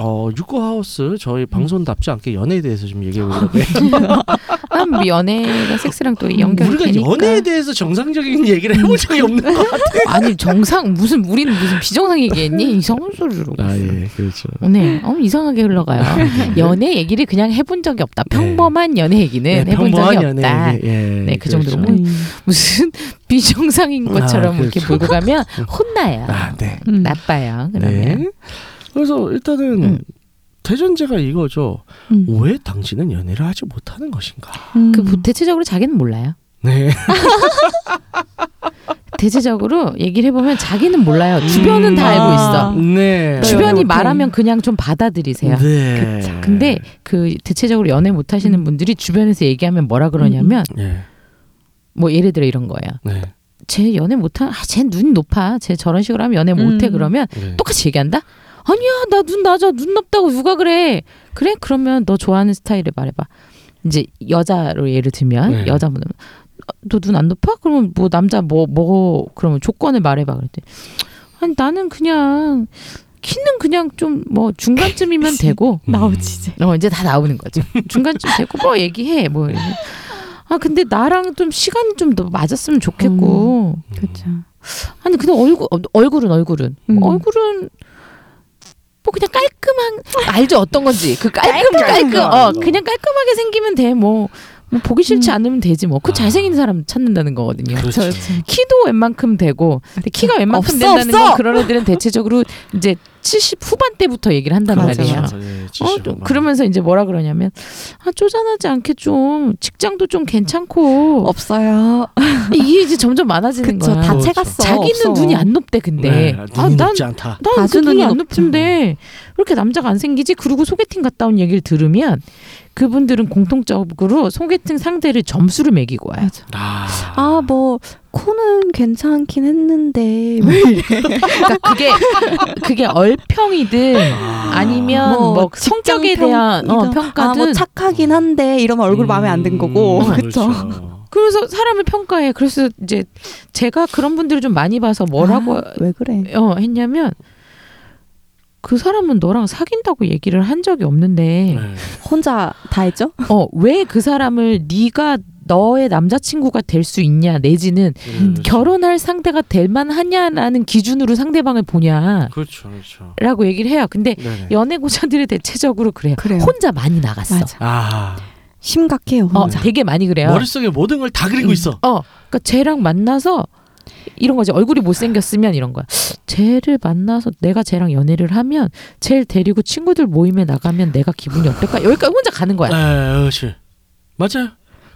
어, 육구하우스 음. 저희 방송답지 않게 연애에 대해서 좀 얘기해 보려고 해요. 아, 뭐 연애가 섹스랑 또 연결이 우리가 되니까. 음. 연애에 대해서 정상적인 얘기를 해본 적이 없는 것 같아요. 아니 정상 무슨 우리는 무슨 비정상 얘기했니? 이상한 소리를 하고 있어. 그렇죠. 오늘 어, 이상하게 흘러가요. 연애 얘기를 그냥 해본 적이 없다. 네. 평범한 연애 얘기는 해본 적이 없다. 네, 그 정도로 그렇죠. 음. 무슨 비정상인 아, 것처럼 이렇게 그렇죠. 몰고 가면 혼나요. 아, 네. 음. 나빠요. 그러면 네. 그래서 일단은 음. 대전제가 이거죠. 음. 왜 당신은 연애를 하지 못하는 것인가? 음. 그 부- 대체적으로 자기는 몰라요. 네. 대체적으로 얘기를 해보면 자기는 몰라요. 주변은 음. 다 알고 있어. 아. 네. 주변이 연애 못해. 말하면 그냥 좀 받아들이세요. 네. 그- 근데 그 대체적으로 연애 못 하시는 분들이 주변에서 얘기하면 뭐라 그러냐면 네. 뭐 예를 들어 이런 거예요. 네. 쟤 연애 못하, 아, 쟤 눈이 높아. 쟤 저런 식으로 하면 연애 못해. 음. 그러면 네. 똑같이 얘기한다? 아니야 나 눈 낮아 눈 높다고 누가 그래 그래 그러면 너 좋아하는 스타일을 말해봐 이제 여자로 예를 들면 네. 여자분은 너 눈 안 높아 그러면 뭐 남자 뭐 뭐 그러면 조건을 말해봐 그랬더니 아니 나는 그냥 키는 그냥 좀 뭐 중간쯤이면 되고 음. 나오지 이제. 어 이제 다 나오는 거죠. 중간쯤 되고 뭐 얘기해 뭐. 이러면. 아 근데 나랑 좀 시간이 좀 더 맞았으면 좋겠고. 그렇죠. 아니 근데 얼굴 어, 얼굴은 얼굴은 음. 얼굴은 뭐 그냥 깔끔한 알죠 어떤 건지 그 깔끔 깔끔한 깔끔 어 거. 그냥 깔끔하게 생기면 돼뭐 뭐 보기 싫지 음. 않으면 되지 뭐 그 아. 잘생긴 사람 찾는다는 거거든요. 그렇죠. 키도 웬만큼 되고 근데 키가 웬만큼 없어, 된다는 없어! 건 그런 애들은 대체적으로 이제 70 후반대부터 얘기를 한단 맞아, 말이에요. 맞아. 예, 어, 지식은 좀 많아요. 그러면서 이제 뭐라 그러냐면 아 쪼잔하지 않게 좀 직장도 좀 괜찮고 없어요. 이게 이제 점점 많아지는 그쵸. 거야. 다 그렇죠. 채갔어. 음. 자기는 없어. 눈이 안 높대 근데 네, 눈이 아난 높지 않다. 난 다수 그 눈이 눈이 안 높죠. 높은데 그렇게 남자가 안 생기지? 그리고 소개팅 갔다 온 얘기를 들으면 그분들은 공통적으로 소개팅 상대를 점수를 매기고 와요. 맞아. 아, 뭐 코는 괜찮긴 했는데 왜 그러니까 그게 그게 얼평이든 아. 아니면 뭐 뭐, 성격에 직장 대한 어, 평이든, 평가든 아, 뭐 착하긴 한데 이러면 얼굴 마음에 안 든 거고. 음, 그렇죠. 그래서 사람을 평가해. 그래서 이제 제가 그런 분들을 좀 많이 봐서 뭐라고 아, 왜 그래? 어, 했냐면 그 사람은 너랑 사귄다고 얘기를 한 적이 없는데 네. 혼자 다 했죠? 어, 왜 그 사람을 네가 너의 남자친구가 될 수 있냐 내지는 그렇죠. 결혼할 상대가 될 만하냐라는 기준으로 상대방을 보냐라고 그렇죠, 그렇죠. 얘기를 해요. 근데 네네. 연애 고자들이 대체적으로 그래요. 그래요. 혼자 많이 나갔어. 맞아. 아 심각해요. 어, 혼자. 되게 많이 그래요. 머릿속에 모든 걸 다 음, 그리고 있어. 어, 그러니까 쟤랑 만나서 이런 거지 얼굴이 못생겼으면 이런 거야. 쟤를 만나서 내가 쟤랑 연애를 하면 쟤를 데리고 친구들 모임에 나가면 내가 기분이 어떨까? 여기까지 혼자 가는 에, 거야. 네, 그렇지. 맞아요.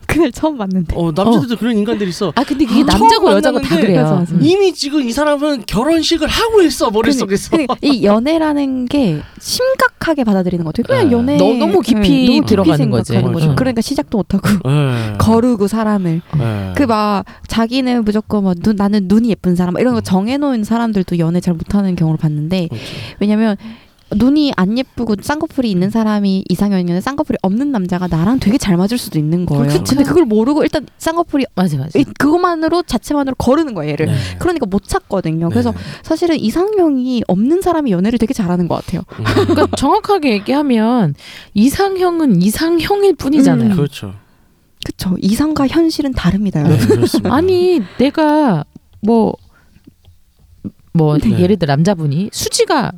그날 처음 봤는데. 어 남자들도 그런 인간들이 있어. 아 근데 이게 처음 남자고 여자고 만나는데 다 그래요. 맞아, 맞아. 음. 이미 지금 이 사람은 결혼식을 하고 있어 머릿속에서. 근데 그러니까, 이 연애라는 게 심각하게 받아들이는 것 같아요. 그냥 네. 연애 너- 너무 깊이 들어가는 거지. 그렇죠. 네. 생각하는 거죠. 맞아. 그러니까 시작도 못하고 예. 그러니까. 거르고 사람을 예. 그 막 자기는 무조건 뭐 눈, 나는 눈이 예쁜 사람 이런 거 음. 정해놓은 사람들도 연애 잘 못하는 경우를 봤는데 그렇죠. 왜냐면 눈이 안 예쁘고 쌍꺼풀이 있는 사람이 이상형이면 쌍꺼풀이 없는 남자가 나랑 되게 잘 맞을 수도 있는 거예요. 그렇죠. 근데 그걸 모르고 일단 쌍꺼풀이 맞아 맞아. 이- 그것만으로 자체만으로 거르는 거예요 얘를. 네. 그러니까 못 찾거든요. 네. 그래서 사실은 이상형이 없는 사람이 연애를 되게 잘하는 것 같아요. 음. 그러니까 정확하게 얘기하면 이상형은 이상형일 뿐이잖아요. 음. 그렇죠. 그쵸. 이상과 현실은 다릅니다. 네, 여러분. 그렇습니다. 아니 내가 뭐. 뭐 네. 예를 들어 남자분이 수지가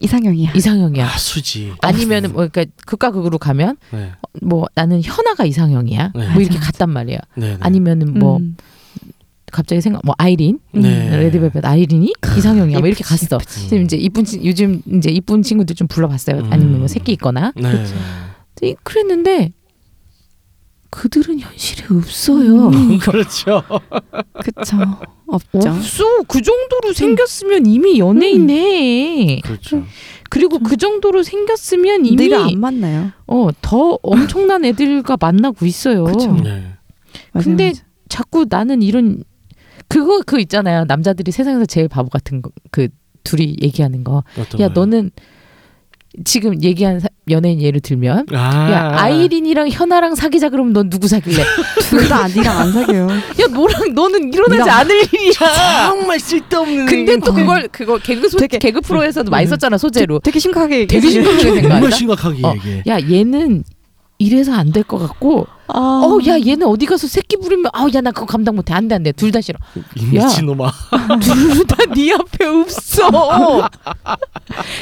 이상형이야. 이상형이야 아, 수지. 아니면은 뭐 그러니까 극과 극으로 가면 네. 뭐 나는 현아가 이상형이야. 네. 뭐 이렇게 갔단 말이야. 네, 네. 아니면은 뭐 음. 갑자기 생각 뭐 아이린 네. 레드벨벳 아이린이 이상형이야. 뭐 이렇게 예쁘지, 갔어. 예쁘지. 지금 이제 이쁜 친 요즘 이제 이쁜 친구들 좀 불러봤어요. 음. 아니면 뭐 새끼 있거나 네. 네. 근데 그랬는데 그들은 현실이 없어요. 그렇죠. 음, 그쵸. 없죠. 없어. 그 정도로 생겼으면 이미 연예인해. 그렇죠. 그리고 그 정도로 생겼으면 이미 내가 안 만나요. 어더 엄청난 애들과 만나고 있어요. 그쵸. 네. 맞아요, 근데 맞아요. 자꾸 나는 이런 그거 그 있잖아요. 남자들이 세상에서 제일 바보 같은 거, 그 둘이 얘기하는 거. 어떤 야 거예요? 너는 지금 얘기한 사- 연예인 예를 들면 아, 야 아이린이랑 현아랑 사귀자 그러면 넌 누구 사귈래? 둘 다 니랑 안 사귀어요. 야 너랑 너는 일어나지 네가- 않을 일이야. 정말 쓸데없는 근데 또 그걸 그거 개그 소, 되게- 개그 프로에서도 많이 썼잖아 소재로. 되게 심각하게 얘기해. 되게 심각하게 정말 생각한다. 심각하게 어. 얘기해. 야 얘는 이래서 안 될 것 같고 아, 어 야 얘는 어디 가서 새끼 부리면 아우 야 나 그거 감당 못해 안 돼 안 돼 둘 다 싫어 이 미친놈아. 둘다네 앞에 없어.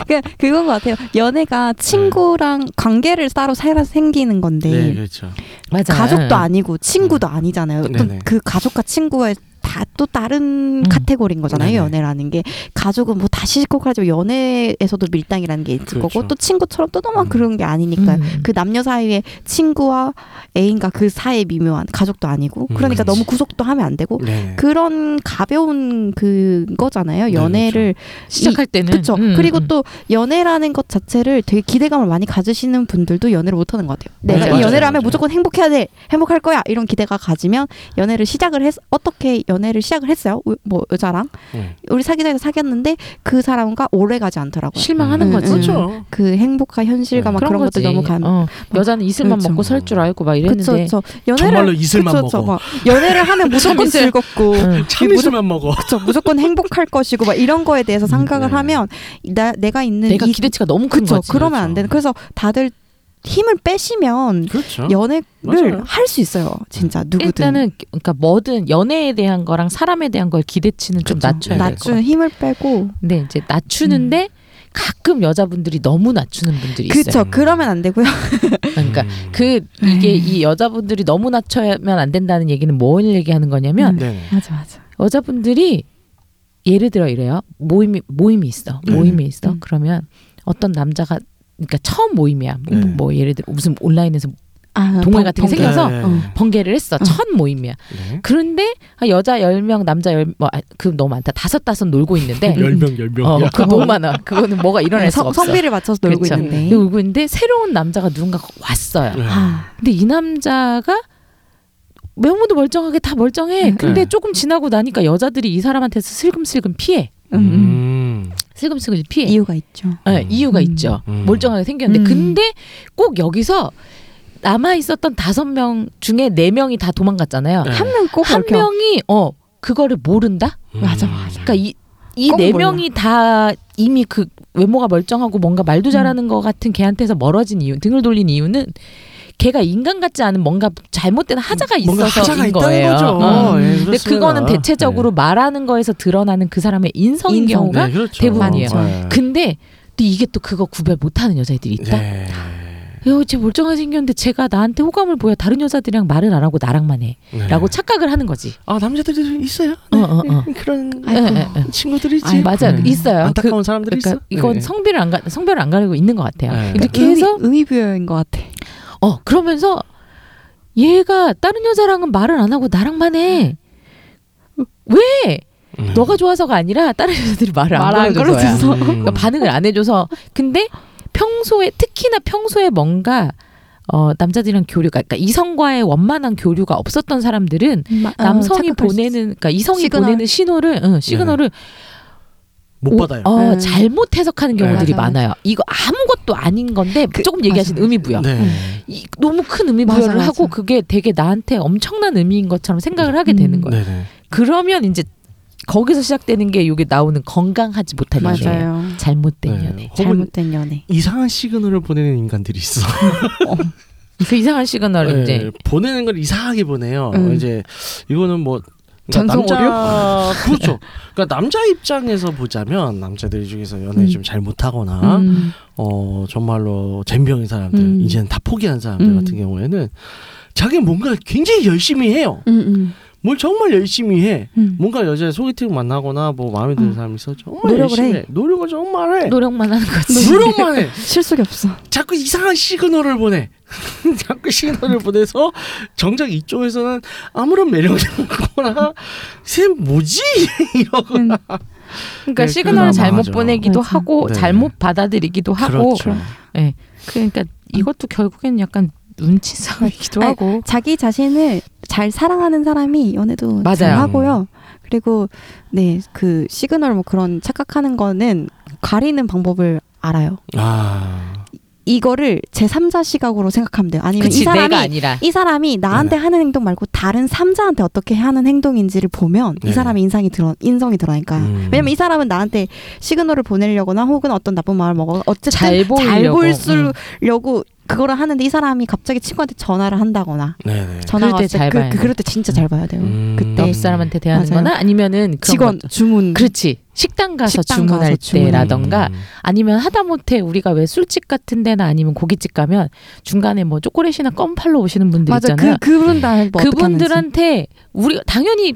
그, 그건 것 같아요. 연애가 친구랑 네. 관계를 따로 살아 생기는 네. 건데 그렇죠. 맞아. 가족도 아니고 친구도 아니잖아요. 또 네. 네네. 그 가족과 친구의 다 또 다른 음. 카테고리인 거잖아요. 네네. 연애라는 게 가족은 뭐 다시 시곡하지만 연애에서도 밀당이라는 게 있을 그렇죠. 거고 또 친구처럼 또 너무 음. 그런 게 아니니까요. 음. 그 남녀 사이의 친구와 애인과 그 사이의 미묘한 가족도 아니고 음, 그러니까 그렇지. 너무 구속도 하면 안 되고 네. 그런 가벼운 그거잖아요. 네, 연애를 시작할 때는 그렇죠. 음, 그리고 음. 또 연애라는 것 자체를 되게 기대감을 많이 가지시는 분들도 연애를 못 하는 것 같아요. 네, 맞아요, 내가 이 맞아요, 연애를 하면 맞아요. 무조건 행복해야 돼. 행복할 거야. 이런 기대가 가지면 연애를 시작을 해서 어떻게 연애를 시작을 했어요. 우- 뭐 여자랑 네. 우리 사귀자 해서 사귀었는데 그 사람과 오래 가지 않더라고요. 실망하는 음, 거지. 음. 그렇죠. 그 행복과 현실과 네. 막 그런, 것들 거지. 너무 감. 어, 여자는 이슬만 그렇죠. 먹고 살 줄 알고 막 그쵸, 이랬는데. 그쵸. 연애를 정말로 이슬만 그쵸, 그쵸. 먹어. 막 연애를 하면 무조건 참이슬. 즐겁고 음, 응. 참 있으면 먹어. 그쵸 무조건 행복할 것이고 막 이런 거에 대해서 생각을 네. 하면 나 내가 있는 음, 내가 이 그러니까 기대치가 너무 큰 그쵸 거지. 그러면 그렇죠. 안 되는 그래서 다들 힘을 빼시면 그렇죠. 맞아요. 연애를 할 수 있어요 진짜 누구든 어? 음. 일단은 그러니까 뭐든 연애에 대한 거랑 사람에 대한 걸 기대치는 좀 그쵸. 낮춰야 될것 네. 낮춘 같아요. 힘을 빼고 근데 이제 낮추는데 가끔 여자분들이 너무 낮추는 분들이 있어요. 음. 그쵸 그러면 안 되고요 그러니까 음. 그 이게 이 여자분들이 너무 낮춰면 안 된다는 얘기는 뭘 얘기하는 음. 거냐면 네네. 맞아 맞아 여자분들이 예를 들어 이래요 모임이 모임이 있어 네. 모임이 있어 음. 그러면 어떤 남자가 그러니까 처음 모임이야 뭐, 네. 뭐 예를 들어 무슨 온라인에서 아, 동호회 같은 게 벙- 생겨서 음. 네. 어. 번개를 했어 첫 모임이야 네. 그런데 아, 여자 10명 남자 10명 뭐, 아, 그 너무 많다 다섯 다섯 놀고 있는데 열명 열명. 어, 그 너무 많아 그거는 뭐가 일어날 수가 네, 성, 없어 성비를 맞춰서 놀고 그쵸. 네. 음. 있는데 근데 울고 있는데 새로운 남자가 누군가 왔어요 네. 아, 근데 이 남자가 외모도 멀쩡하게 다 멀쩡해. 음. 근데 네. 조금 지나고 나니까 여자들이 이 사람한테서 슬금슬금 피해. 음, 음. 음. 슬금슬금 피해. 이유. 네, 이유가 있죠 음. 이유가 음. 있죠. 음. 멀쩡하게 생겼는데 음. 근데 꼭 여기서 남아 있었던 다섯 명 중에 네 명이 다 도망갔잖아요. 네. 한 명 꼭 한 그렇게 명이 어 그거를 모른다. 음. 맞아, 맞아. 그러니까 이 이 꼭 네 몰라. 명이 다 이미 그 외모가 멀쩡하고 뭔가 말도 음. 잘하는 것 같은 걔한테서 멀어진 이유, 등을 돌린 이유는 걔가 인간 같지 않은 뭔가 잘못된 하자가 뭔가 있어서인 하자가 있다는 거예요. 거죠. 어. 음. 예, 근데 그렇습니다. 그거는 대체적으로 말하는 거에서 드러나는 그 사람의 인성인 인성. 경우가 네, 그렇죠. 대부분이에요. 네. 근데 또 이게 또 그거 구별 못하는 여자애들이 있다. 네. 야, 쟤 멀쩡하게 생겼는데 쟤가 나한테 호감을 보여 다른 여자들이랑 말을 안 하고 나랑만 해라고 네. 착각을 하는 거지. 아 남자들이 좀 있어요. 네. 어, 어, 어. 그런 예, 예, 예. 친구들이 있지. 아이, 맞아 네. 있어요. 안타까운 사람들이 그러니까 있어. 이건 네. 성비를 안 가, 성별을 안 가리고 있는 것 같아요. 네. 이렇게 해서 그러니까 의미 부여인 것 같아 어 그러면서 얘가 다른 여자랑은 말을 안 하고 나랑만 해. 왜? 네. 너가 좋아서가 아니라 다른 여자들이 말을 말안 안 걸어줘서야. 걸어줘서. 음. 그러니까 반응을 안 해줘서. 근데 평소에 특히나 평소에 뭔가 어, 남자들이랑 교류가 그러니까 이성과의 원만한 교류가 없었던 사람들은 아, 남성이 보내는 그러니까 이성이 시그널. 보내는 신호를 응, 시그널을 못 오- 받아요. 어, 네. 잘못 해석하는 경우들이 맞아, 맞아. 많아요. 이거 아무것도 아닌 건데 그- 조금 얘기하신 맞아, 의미 부여. 네. 이, 너무 큰 의미 맞아, 부여를 맞아. 하고 그게 되게 나한테 엄청난 의미인 것처럼 생각을 하게 되는 음. 거예요. 네. 네. 그러면 이제 거기서 시작되는 게 이게 나오는 건강하지 못한 맞아요. 연애, 맞아요 잘못된 네. 연애. 혹은 잘못된 연애 이상한 시그널을 보내는 인간들이 있어. 그 이상한 시그널을 네, 이제 보내는 걸 이상하게 보내요. 음. 이제 이거는 뭐 전송 남자 그렇죠. 그러니까 남자 입장에서 보자면 남자들 중에서 연애 음. 좀 잘 아? 못하거나 음. 어 정말로 젬병인 사람들 음. 이제는 다 포기한 사람들 음. 같은 경우에는 자기 뭔가 굉장히 열심히 해요. 음, 음. 뭘 정말 열심히 해. 음. 뭔가 여자 소개팅 만나거나 뭐 마음에 드는 음. 사람이 있어 정말 노력을 열심히 해. 해. 노력을 정말 해. 노력만 하는 거지. 노력만 해. 실속이 없어 자꾸 이상한 시그널을 보내. 자꾸 시그널을 보내서 정작 이쪽에서는 아무런 매력이 없거나 쟤 뭐지 이러고 음. 그러니까 네, 시그널을 그나마 잘못 하죠. 보내기도 맞아. 하고 네. 잘못 받아들이기도 어, 하고 그렇죠. 그러니까 이것도 결국엔 약간 눈치 싸움이기도 아니, 하고 자기 자신을 잘 사랑하는 사람이 연애도 맞아요. 잘 하고요. 그리고 네 그 시그널 뭐 그런 착각하는 거는 가리는 방법을 알아요. 아 이거를 제 3자 시각으로 생각하면 돼요. 아니면 그치 네. 이 사람이 내가 아니라 이 사람이 나한테 하는 행동 말고 다른 3자한테 어떻게 하는 행동인지를 보면 이 네네. 사람의 인상이 드러 인성이 드러나니까. 음. 왜냐면 이 사람은 나한테 시그널을 보내려거나 혹은 어떤 나쁜 마음을 먹어 어쨌든 잘 보이려고. 음. 보이려고 그거를 하는데 이 사람이 갑자기 친구한테 전화를 한다거나 네네. 그럴 전화가 때 왔을 잘 때 봐야 그, 돼. 그, 그럴 때 진짜 잘 봐야 돼요. 음. 그때 옆 사람한테 대하는 맞아요. 거나 아니면은 그런 직원 것도- 주문 그렇지 식당 가서 식당 주문할 가서 주문. 때라던가 음. 아니면 하다못해 우리가 왜 술집 같은 데나 아니면 고깃집 가면 중간에 뭐 초콜릿이나 껌 팔러 오시는 분들 맞아 있잖아요 그 그분 다 뭐, 어떻게 그분들한테 우리 가 당연히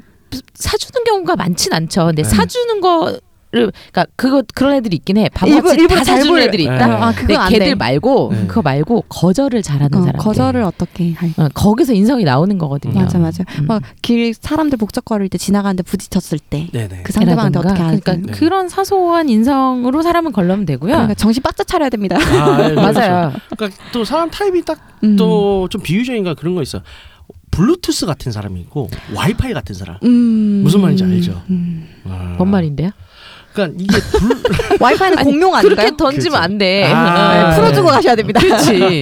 사주는 경우가 많진 않죠. 근데 네. 사주는 거를 그러니까 그거 그런 애들이 있긴 해. 일부- 바보같이 일부 다 잘 사주는 보여. 애들이 네. 있다. 아, 그건 근데 안 걔들 돼. 말고 네. 그거 말고 거절을 잘하는 하는지. 사람. 어, 거 거절을 어떻게 할 어, 거기서 인성이 나오는 거거든요. 맞아 맞아 음. 막길 사람들 복잡거릴 때 지나가는데 부딪혔을 때 그 네네. 상대방한테 라던가. 어떻게 하는 그러니까 그러니까, 네. 그런 사소한 인성으로 사람은 걸러면 되고요. 그러니까 정신 바짝 차려야 됩니다. 아, 예, 그렇죠. 맞아요. 그러니까 또 사람 타입이 음. 딱 또 좀 비유적인가 그런 거 있어. 블루투스 같은 사람이 있고 와이파이 같은 사람. 음. 무슨 말인지 알죠? 아. 음. 뭔 말인데요? 그러니까 이게 불 와이파이는 공용 아닌가요? 그렇게 던지면 안 돼. 아, 네, 풀어주고 가셔야 됩니다. 그렇지.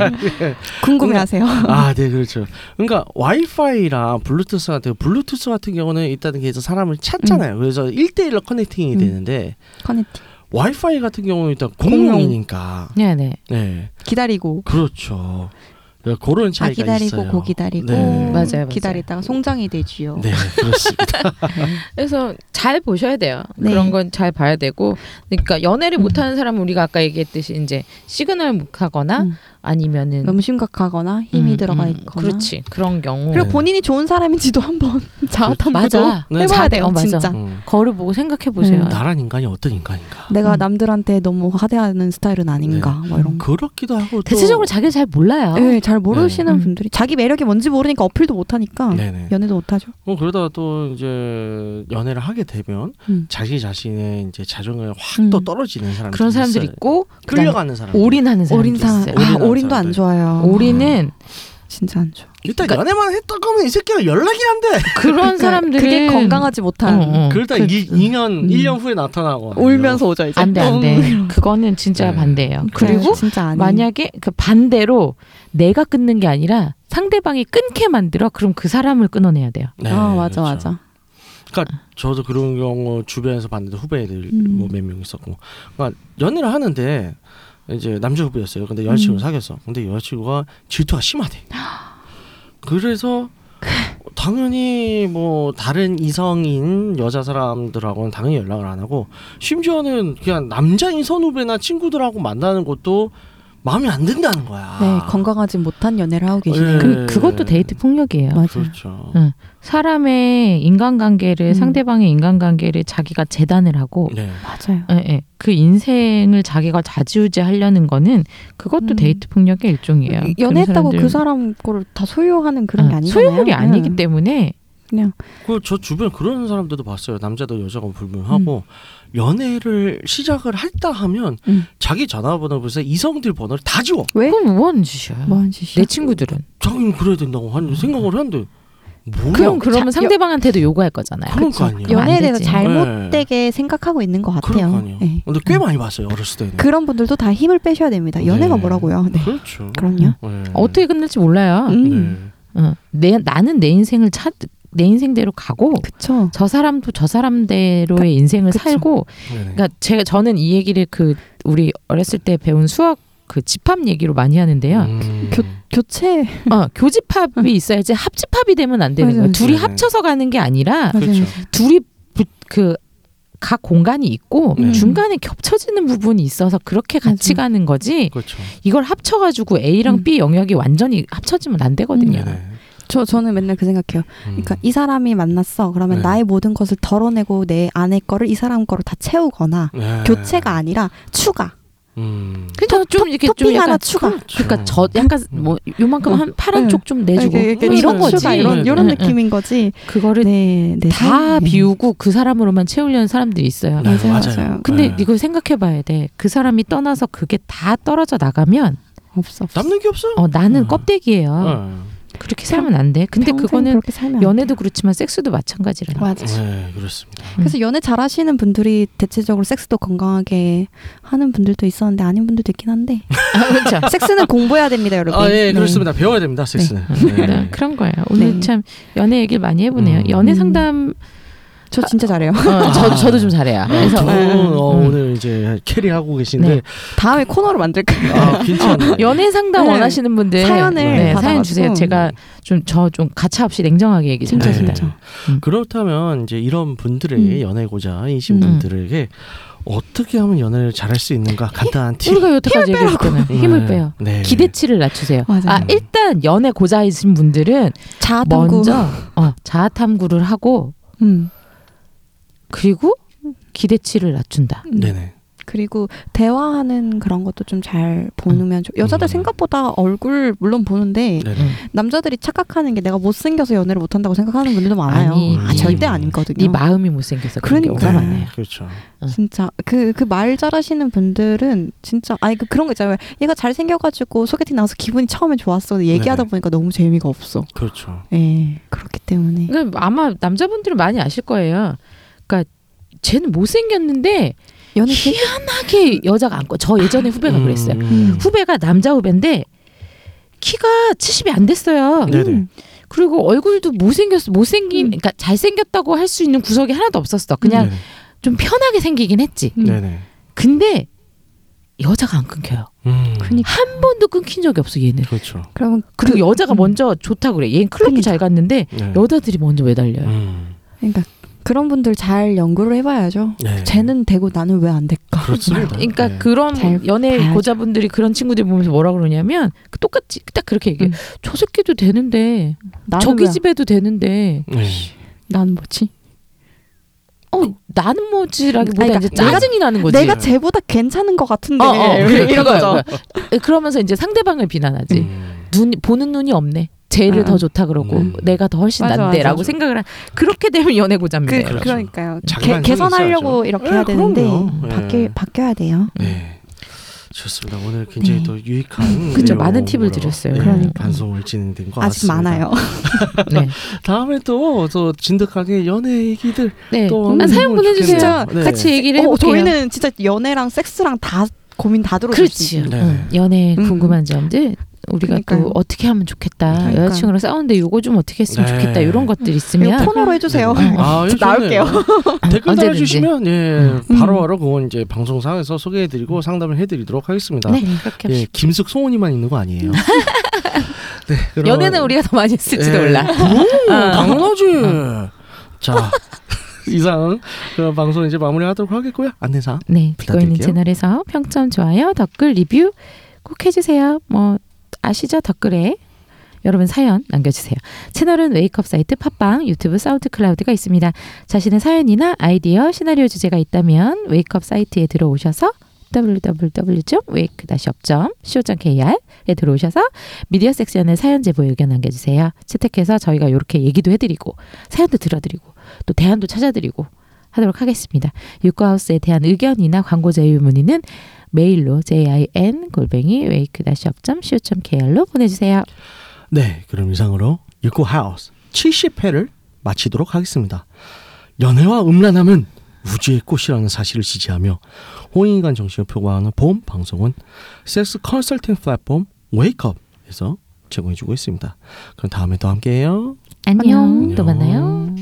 궁금해하세요. 아, 네, 그렇죠. 그러니까 와이파이랑 블루투스 같은 블루투스 같은 경우는 일단은 계속 사람을 음. 찾잖아요. 그래서 일대일로 커넥팅이 음. 되는데 커넥팅 와이파이 같은 경우는 일단 공용. 공용이니까. 네네. 네. 기다리고 그렇죠. 그러니까 그런 아 차이가 기다리고 있어요. 고 기다리고 음. 맞아요, 네. 맞아요. 기다리다가 송장이 되지요. 네, 그렇습니다. 그래서 잘 보셔야 돼요. 네. 음. 그런 건 잘 봐야 되고, 그러니까 연애를 못하는 사람은 우리가 아까 얘기했듯이 이제 시그널 묵하거나 음. 아니면은 너무 심각하거나 힘이 음, 들어가 음, 있거나 그렇지 그런 경우 그리고 네. 본인이 좋은 사람인지도 한번 자아탐구도 맞아. 네. 해봐야 돼요 어, 맞아. 진짜. 음. 거울 보고 생각해 보세요. 음. 나란 인간이 어떤 인간인가. 내가 음. 남들한테 너무 하대하는 스타일은 아닌가 뭐 이런 거. 그렇기도 하고 또- 대체적으로 자기 잘 몰라요. 네, 잘 모르시는 음. 네. 분들이 자기 매력이 뭔지 모르니까 어필도 못하니까 네네. 연애도 못하죠. 어, 그러다가 또 이제 연애를 하게 되면 음. 자기 자신의 이제 자존감이 확 또 음. 떨어지는 사람들 그런 사람들 있어요. 있고 그다음에 끌려가는 사람 올인하는 사람도 어린 사람, 있어요. 아 올인하는 올인도 사람들. 안 좋아요. 올인은 진짜 안 좋아. 일단 연애만 했다 그러면 이 새끼랑 연락이 안 돼. 그러니까 그런 사람들은 그러니까 그게 건강하지 못한 어, 어. 그러다 그- 이 2년 음. 1년 후에 나타나고 울면서 오죠 이제. 안돼 안돼. 그거는 진짜 네. 반대예요. 그리고 진짜 아니. 만약에 그 반대로 내가 끊는 게 아니라 상대방이 끊게 만들어 그럼 그 사람을 끊어내야 돼요. 네, 아 그렇죠. 맞아 맞아. 저도 그런 경우 주변에서 봤는데 후배들 음. 뭐 몇 명 있었고 그러니까 연애를 하는데 이제 남자 후배였어요. 근데 여자친구 음. 사귀었어. 근데 여자친구가 질투가 심하대. 그래서 당연히 뭐 다른 이성인 여자 사람들하고는 당연히 연락을 안 하고 심지어는 그냥 남자인 선후배나 친구들하고 만나는 것도 마음이 안 든다는 거야. 네 건강하지 못한 연애를 하고 계시네요. 아. 네. 그 그것도 데이트 폭력이에요. 맞아요. 그렇죠. 음. 사람의 인간관계를 음. 상대방의 인간관계를 자기가 재단을 하고 네. 맞아요. 예, 예. 그 인생을 자기가 좌지우지하려는 거는 그것도 음. 데이트 폭력의 일종이에요. 연애했다고 예, 그런 그 사람들은- 사람 거를 다 소유하는 그런 게 어, 아니잖아요. 소유물이 아니기 음. 때문에 그냥 그 저 주변 그런 사람들도 봤어요. 남자도 여자가 불문하고 연애를 시작을 했다 하면 음. 자기 전화번호부터 이성들 번호를 다 지워. 왜? 그건 뭐 하는 짓이야? 뭐하는 짓이야? 내 친구들은 자기는 그래야 된다고 하는 음. 생각을 했는데 뭐야? 그럼 그러면 자- 상대방한테도 요구할 거잖아요. 그런 거 아니에요. 연- 연애에 대해서 되지. 잘못되게 생각하고 있는 것 그런 거 같아요. 아니에요. 네. 근데 꽤 많이 봤어요 어렸을 때는. 그런 분들도 다 힘을 빼셔야 됩니다. 연애가 네. 뭐라고요? 네. 그렇죠. 그럼요. 네. 어떻게 끝날지 몰라요. 음. 어, 내 나는 내 인생을 찾, 내 인생대로 가고 그쵸. 저 사람도 저 사람대로의 인생을 그쵸. 살고 네. 네. 그러니까 제가 저는 이 얘기를 그 우리 어렸을 때 배운 수학 그 집합 얘기로 많이 하는데요. 음. 교- 교체. 어, 교집합이 있어야지 합집합이 되면 안 되는 맞아요. 거예요. 네. 둘이 네네. 합쳐서 가는 게 아니라 그렇죠. 둘이 그 각 공간이 있고 네. 중간에 겹쳐지는 부분이 있어서 그렇게 같이 음. 맞아요. 가는 거지 그렇죠. 이걸 합쳐가지고 A랑 음. B 영역이 완전히 합쳐지면 안 되거든요. 네네. 음. 저 저는 맨날 그 생각해요. 그러니까 이 사람이 만났어. 그러면 네. 나의 모든 것을 덜어내고 내 아내 거를 이 사람 거로 다 채우거나 네. 교체가 아니라 추가. 음. 그래서 좀 이렇게 좀 토핑 약간 그러니까 하나 추가. 그러니까 저 약간 뭐 요만큼 한 파란 네. 쪽 좀 내주고 이렇게- 이렇게 이런 거지. 추가 음, 이런 네, 이런 응, 응. 느낌인 거지. 그거를 네, 네. 다 네. 비우고 그 사람으로만 채우려는 사람들이 있어요. 네, 맞아요, 맞아요. 맞아요. 근데 네. 이걸 생각해봐야 돼. 그 사람이 떠나서 그게 다 떨어져 나가면 없어. 없어. 남는 게 없어요. 어 나는 네. 아. 껍데기예요. 그렇게 살면 안 돼. 근데 평생 그거는 어. 그렇게 살면 안 돼. 어. 연애도 그렇지만 섹스도 마찬가지라는. 거. 맞아. 네, 그렇습니다. 그래서 연애 잘하시는 분들이 대체적으로 섹스도 건강하게 하는 분들도 있었는데 아닌 분들도 있긴 한데 아, 그렇죠. 섹스는 공부해야 됩니다, 여러분. 아, 음, 예, 그렇습니다. 배워야 됩니다, 섹스는. 네. 네, 그런 거예요. 오늘 네. 참 연애 얘기를 많이 해보네요. 음. 연애 상담 저 진짜 잘해요. 어, 저 저도 좀 잘해요. 그래서 두 네. 분 어, 음. 네. 오늘 이제 캐리하고 계신데 다음에 코너로 만들까요? 아, 괜찮아요. 어, 연애 상담 네. 원하시는 분들 사연을 네, 사연 받아가지고. 주세요. 제가 음. 좀 저 좀 가차 없이 냉정하게 얘기 좀 진짜, 합니다. 진짜. 음. 네. 그렇다면 이제 이런 분들의 음. 연애고자이신 음. 분들에게 어떻게 하면 연애를 잘할 수 있는가 간단한 팁. 우리가 여태까지 얘기했잖아요. 힘을 빼요. 네. 기대치를 낮추세요. 맞아요. 아 일단 연애 고자이신 분들은 자아탐구. 먼저 어, 자아 탐구를 하고 음. 그리고 기대치를 낮춘다. 음. 네네. 그리고 대화하는 그런 것도 좀 잘 보면 좋. 여자들 음. 생각보다 얼굴 물론 음. 보는데 네. 남자들이 착각하는 게 내가 못생겨서 연애를 못한다고 생각하는 분들도 많아요. 음. 아니, 아, 네. 절대 네 아니거든요. 마음이 못생겨서 그런 그러니까. 경우가 많아요. 그렇죠. 진짜 그 그 말 잘하시는 분들은 진짜 아니 그 그런 거 있잖아요. 얘가 잘 생겨가지고 소개팅 나와서 기분이 처음에 좋았어. 근데 얘기하다 네네. 보니까 너무 재미가 없어. 그렇죠. 예, 그렇기 때문에 그러니까 아마 남자분들은 많이 아실 거예요. 그러니까 쟤는 못생겼는데 연애 때 희한하게 여자가 안고 저 예전에 후배가 그랬어요. 음. 후배가 남자 후배인데 키가 70이 안 됐어요. 네네. 그리고 얼굴도 못생겼 음. 못생긴 그러니까 잘생겼다고 할 수 있는 구석이 하나도 없었어. 그냥 네네. 좀 편하게 생기긴 했지. 음. 네네. 근데 여자가 안 끊겨요. 음. 그니까 한 번도 끊긴 적이 없어 얘는. 그렇죠. 그러면 그리고 여자가 음. 먼저 좋다 그래. 얘는 클럽도 그러니까. 잘 갔는데 네. 여자들이 먼저 매달려요. 음. 그러니까 그런 분들 잘 연구를 해봐야죠. 네. 쟤는 되고 나는 왜 안 될까? 그렇습니다. 그러니까 네. 그런 잘 연애 봐야죠. 고자분들이 그런 친구들 보면서 뭐라 그러냐면 똑같이 딱 그렇게 얘기해. 음. 저 새끼도 되는데 나는 저기 왜 안- 집에도 되는데 네. 나는 뭐지? 어 나는 뭐지라기보다 아니, 그러니까 이제 짜증이 나는 거지. 예. 내가 네. 쟤보다 괜찮은 것 같은데 어, 어, 그래, 이런 이런 거야. 거죠. 그러니까. 그러면서 이제 상대방을 비난하지. 음. 눈 보는 눈이 없네. 쟤를 아. 더 좋다 그러고 음. 내가 더 훨씬 맞아, 난데라고 맞아. 생각을 한 그렇게 되면 연애 그, 고자입니다. 그렇죠. 그러니까요 자기 개, 반성이 있어야죠. 개선하려고 네, 이렇게 예, 해야 되는데 그럼요. 예. 바뀌 바뀌어야 돼요. 네. 좋습니다. 오늘 굉장히 네. 또 유익한 음. 그쵸, 내용으로, 많은 팁을 드렸어요. 예, 그러니까. 방송을 진행된 것 아직 같습니다. 많아요. 네. 다음에 또또 진득하게 연애 얘기들 네. 또 아, 한번 사연 해보면 보내주세요. 좋겠네요. 네. 같이 얘기를 어, 해볼게요. 저희는 진짜 연애랑 섹스랑 다 고민 다 들어줄 수 그렇지. 있어요. 네. 응. 연애 음. 궁금한 점들 우리가 그러니까요. 또 어떻게 하면 좋겠다. 그러니까요. 여자친구랑 싸우는데 요거 좀 어떻게 했으면 네. 좋겠다. 이런 것들 이거 있으면 어, 폰으로 해주세요. 네. 아, 예, 나올게요. 좋네요. 댓글 언제든지. 달아주시면 예 음. 바로바로 그건 이제 방송상에서 소개해드리고 상담을 해드리도록 하겠습니다. 네. 아, 그렇게 예, 합시다. 김숙 송은이만 있는 거 아니에요? 네, 그럼- 연애는 우리가 더 많이 했을지도 예, 네. 몰라. 그럼 당연하지. 자 이상 그럼 방송 이제 마무리하도록 하겠고요. 안내사 네, 듣고 있는 부탁드릴게요. 채널에서 평점, 좋아요, 댓글, 리뷰 꼭 해주세요. 뭐 아시죠? 댓글에 여러분 사연 남겨주세요. 채널은 웨이크업 사이트 팟빵, 유튜브 사운드 클라우드가 있습니다. 자신의 사연이나 아이디어, 시나리오 주제가 있다면 웨이크업 사이트에 들어오셔서 www.wake-up.co.kr에 들어오셔서 미디어 섹션에 사연 제보 의견 남겨주세요. 채택해서 저희가 이렇게 얘기도 해드리고 사연도 들어드리고 또 대안도 찾아드리고 하도록 하겠습니다. 유쿠하우스에 대한 의견이나 광고 제휴 문의는 메일로 jin 골뱅이 wake-up.co.kr로 보내주세요. 네, 그럼 이상으로 육구 하우스 70회를 마치도록 하겠습니다. 연애와 음란함은 우주의 꽃이라는 사실을 지지하며 홍인간 정신을 표방하는 봄 방송은 섹스 컨설팅 플랫폼 웨이크업에서 제공해주고 있습니다. 그럼 다음에 또 함께해요. 안녕. 또 안녕. 만나요.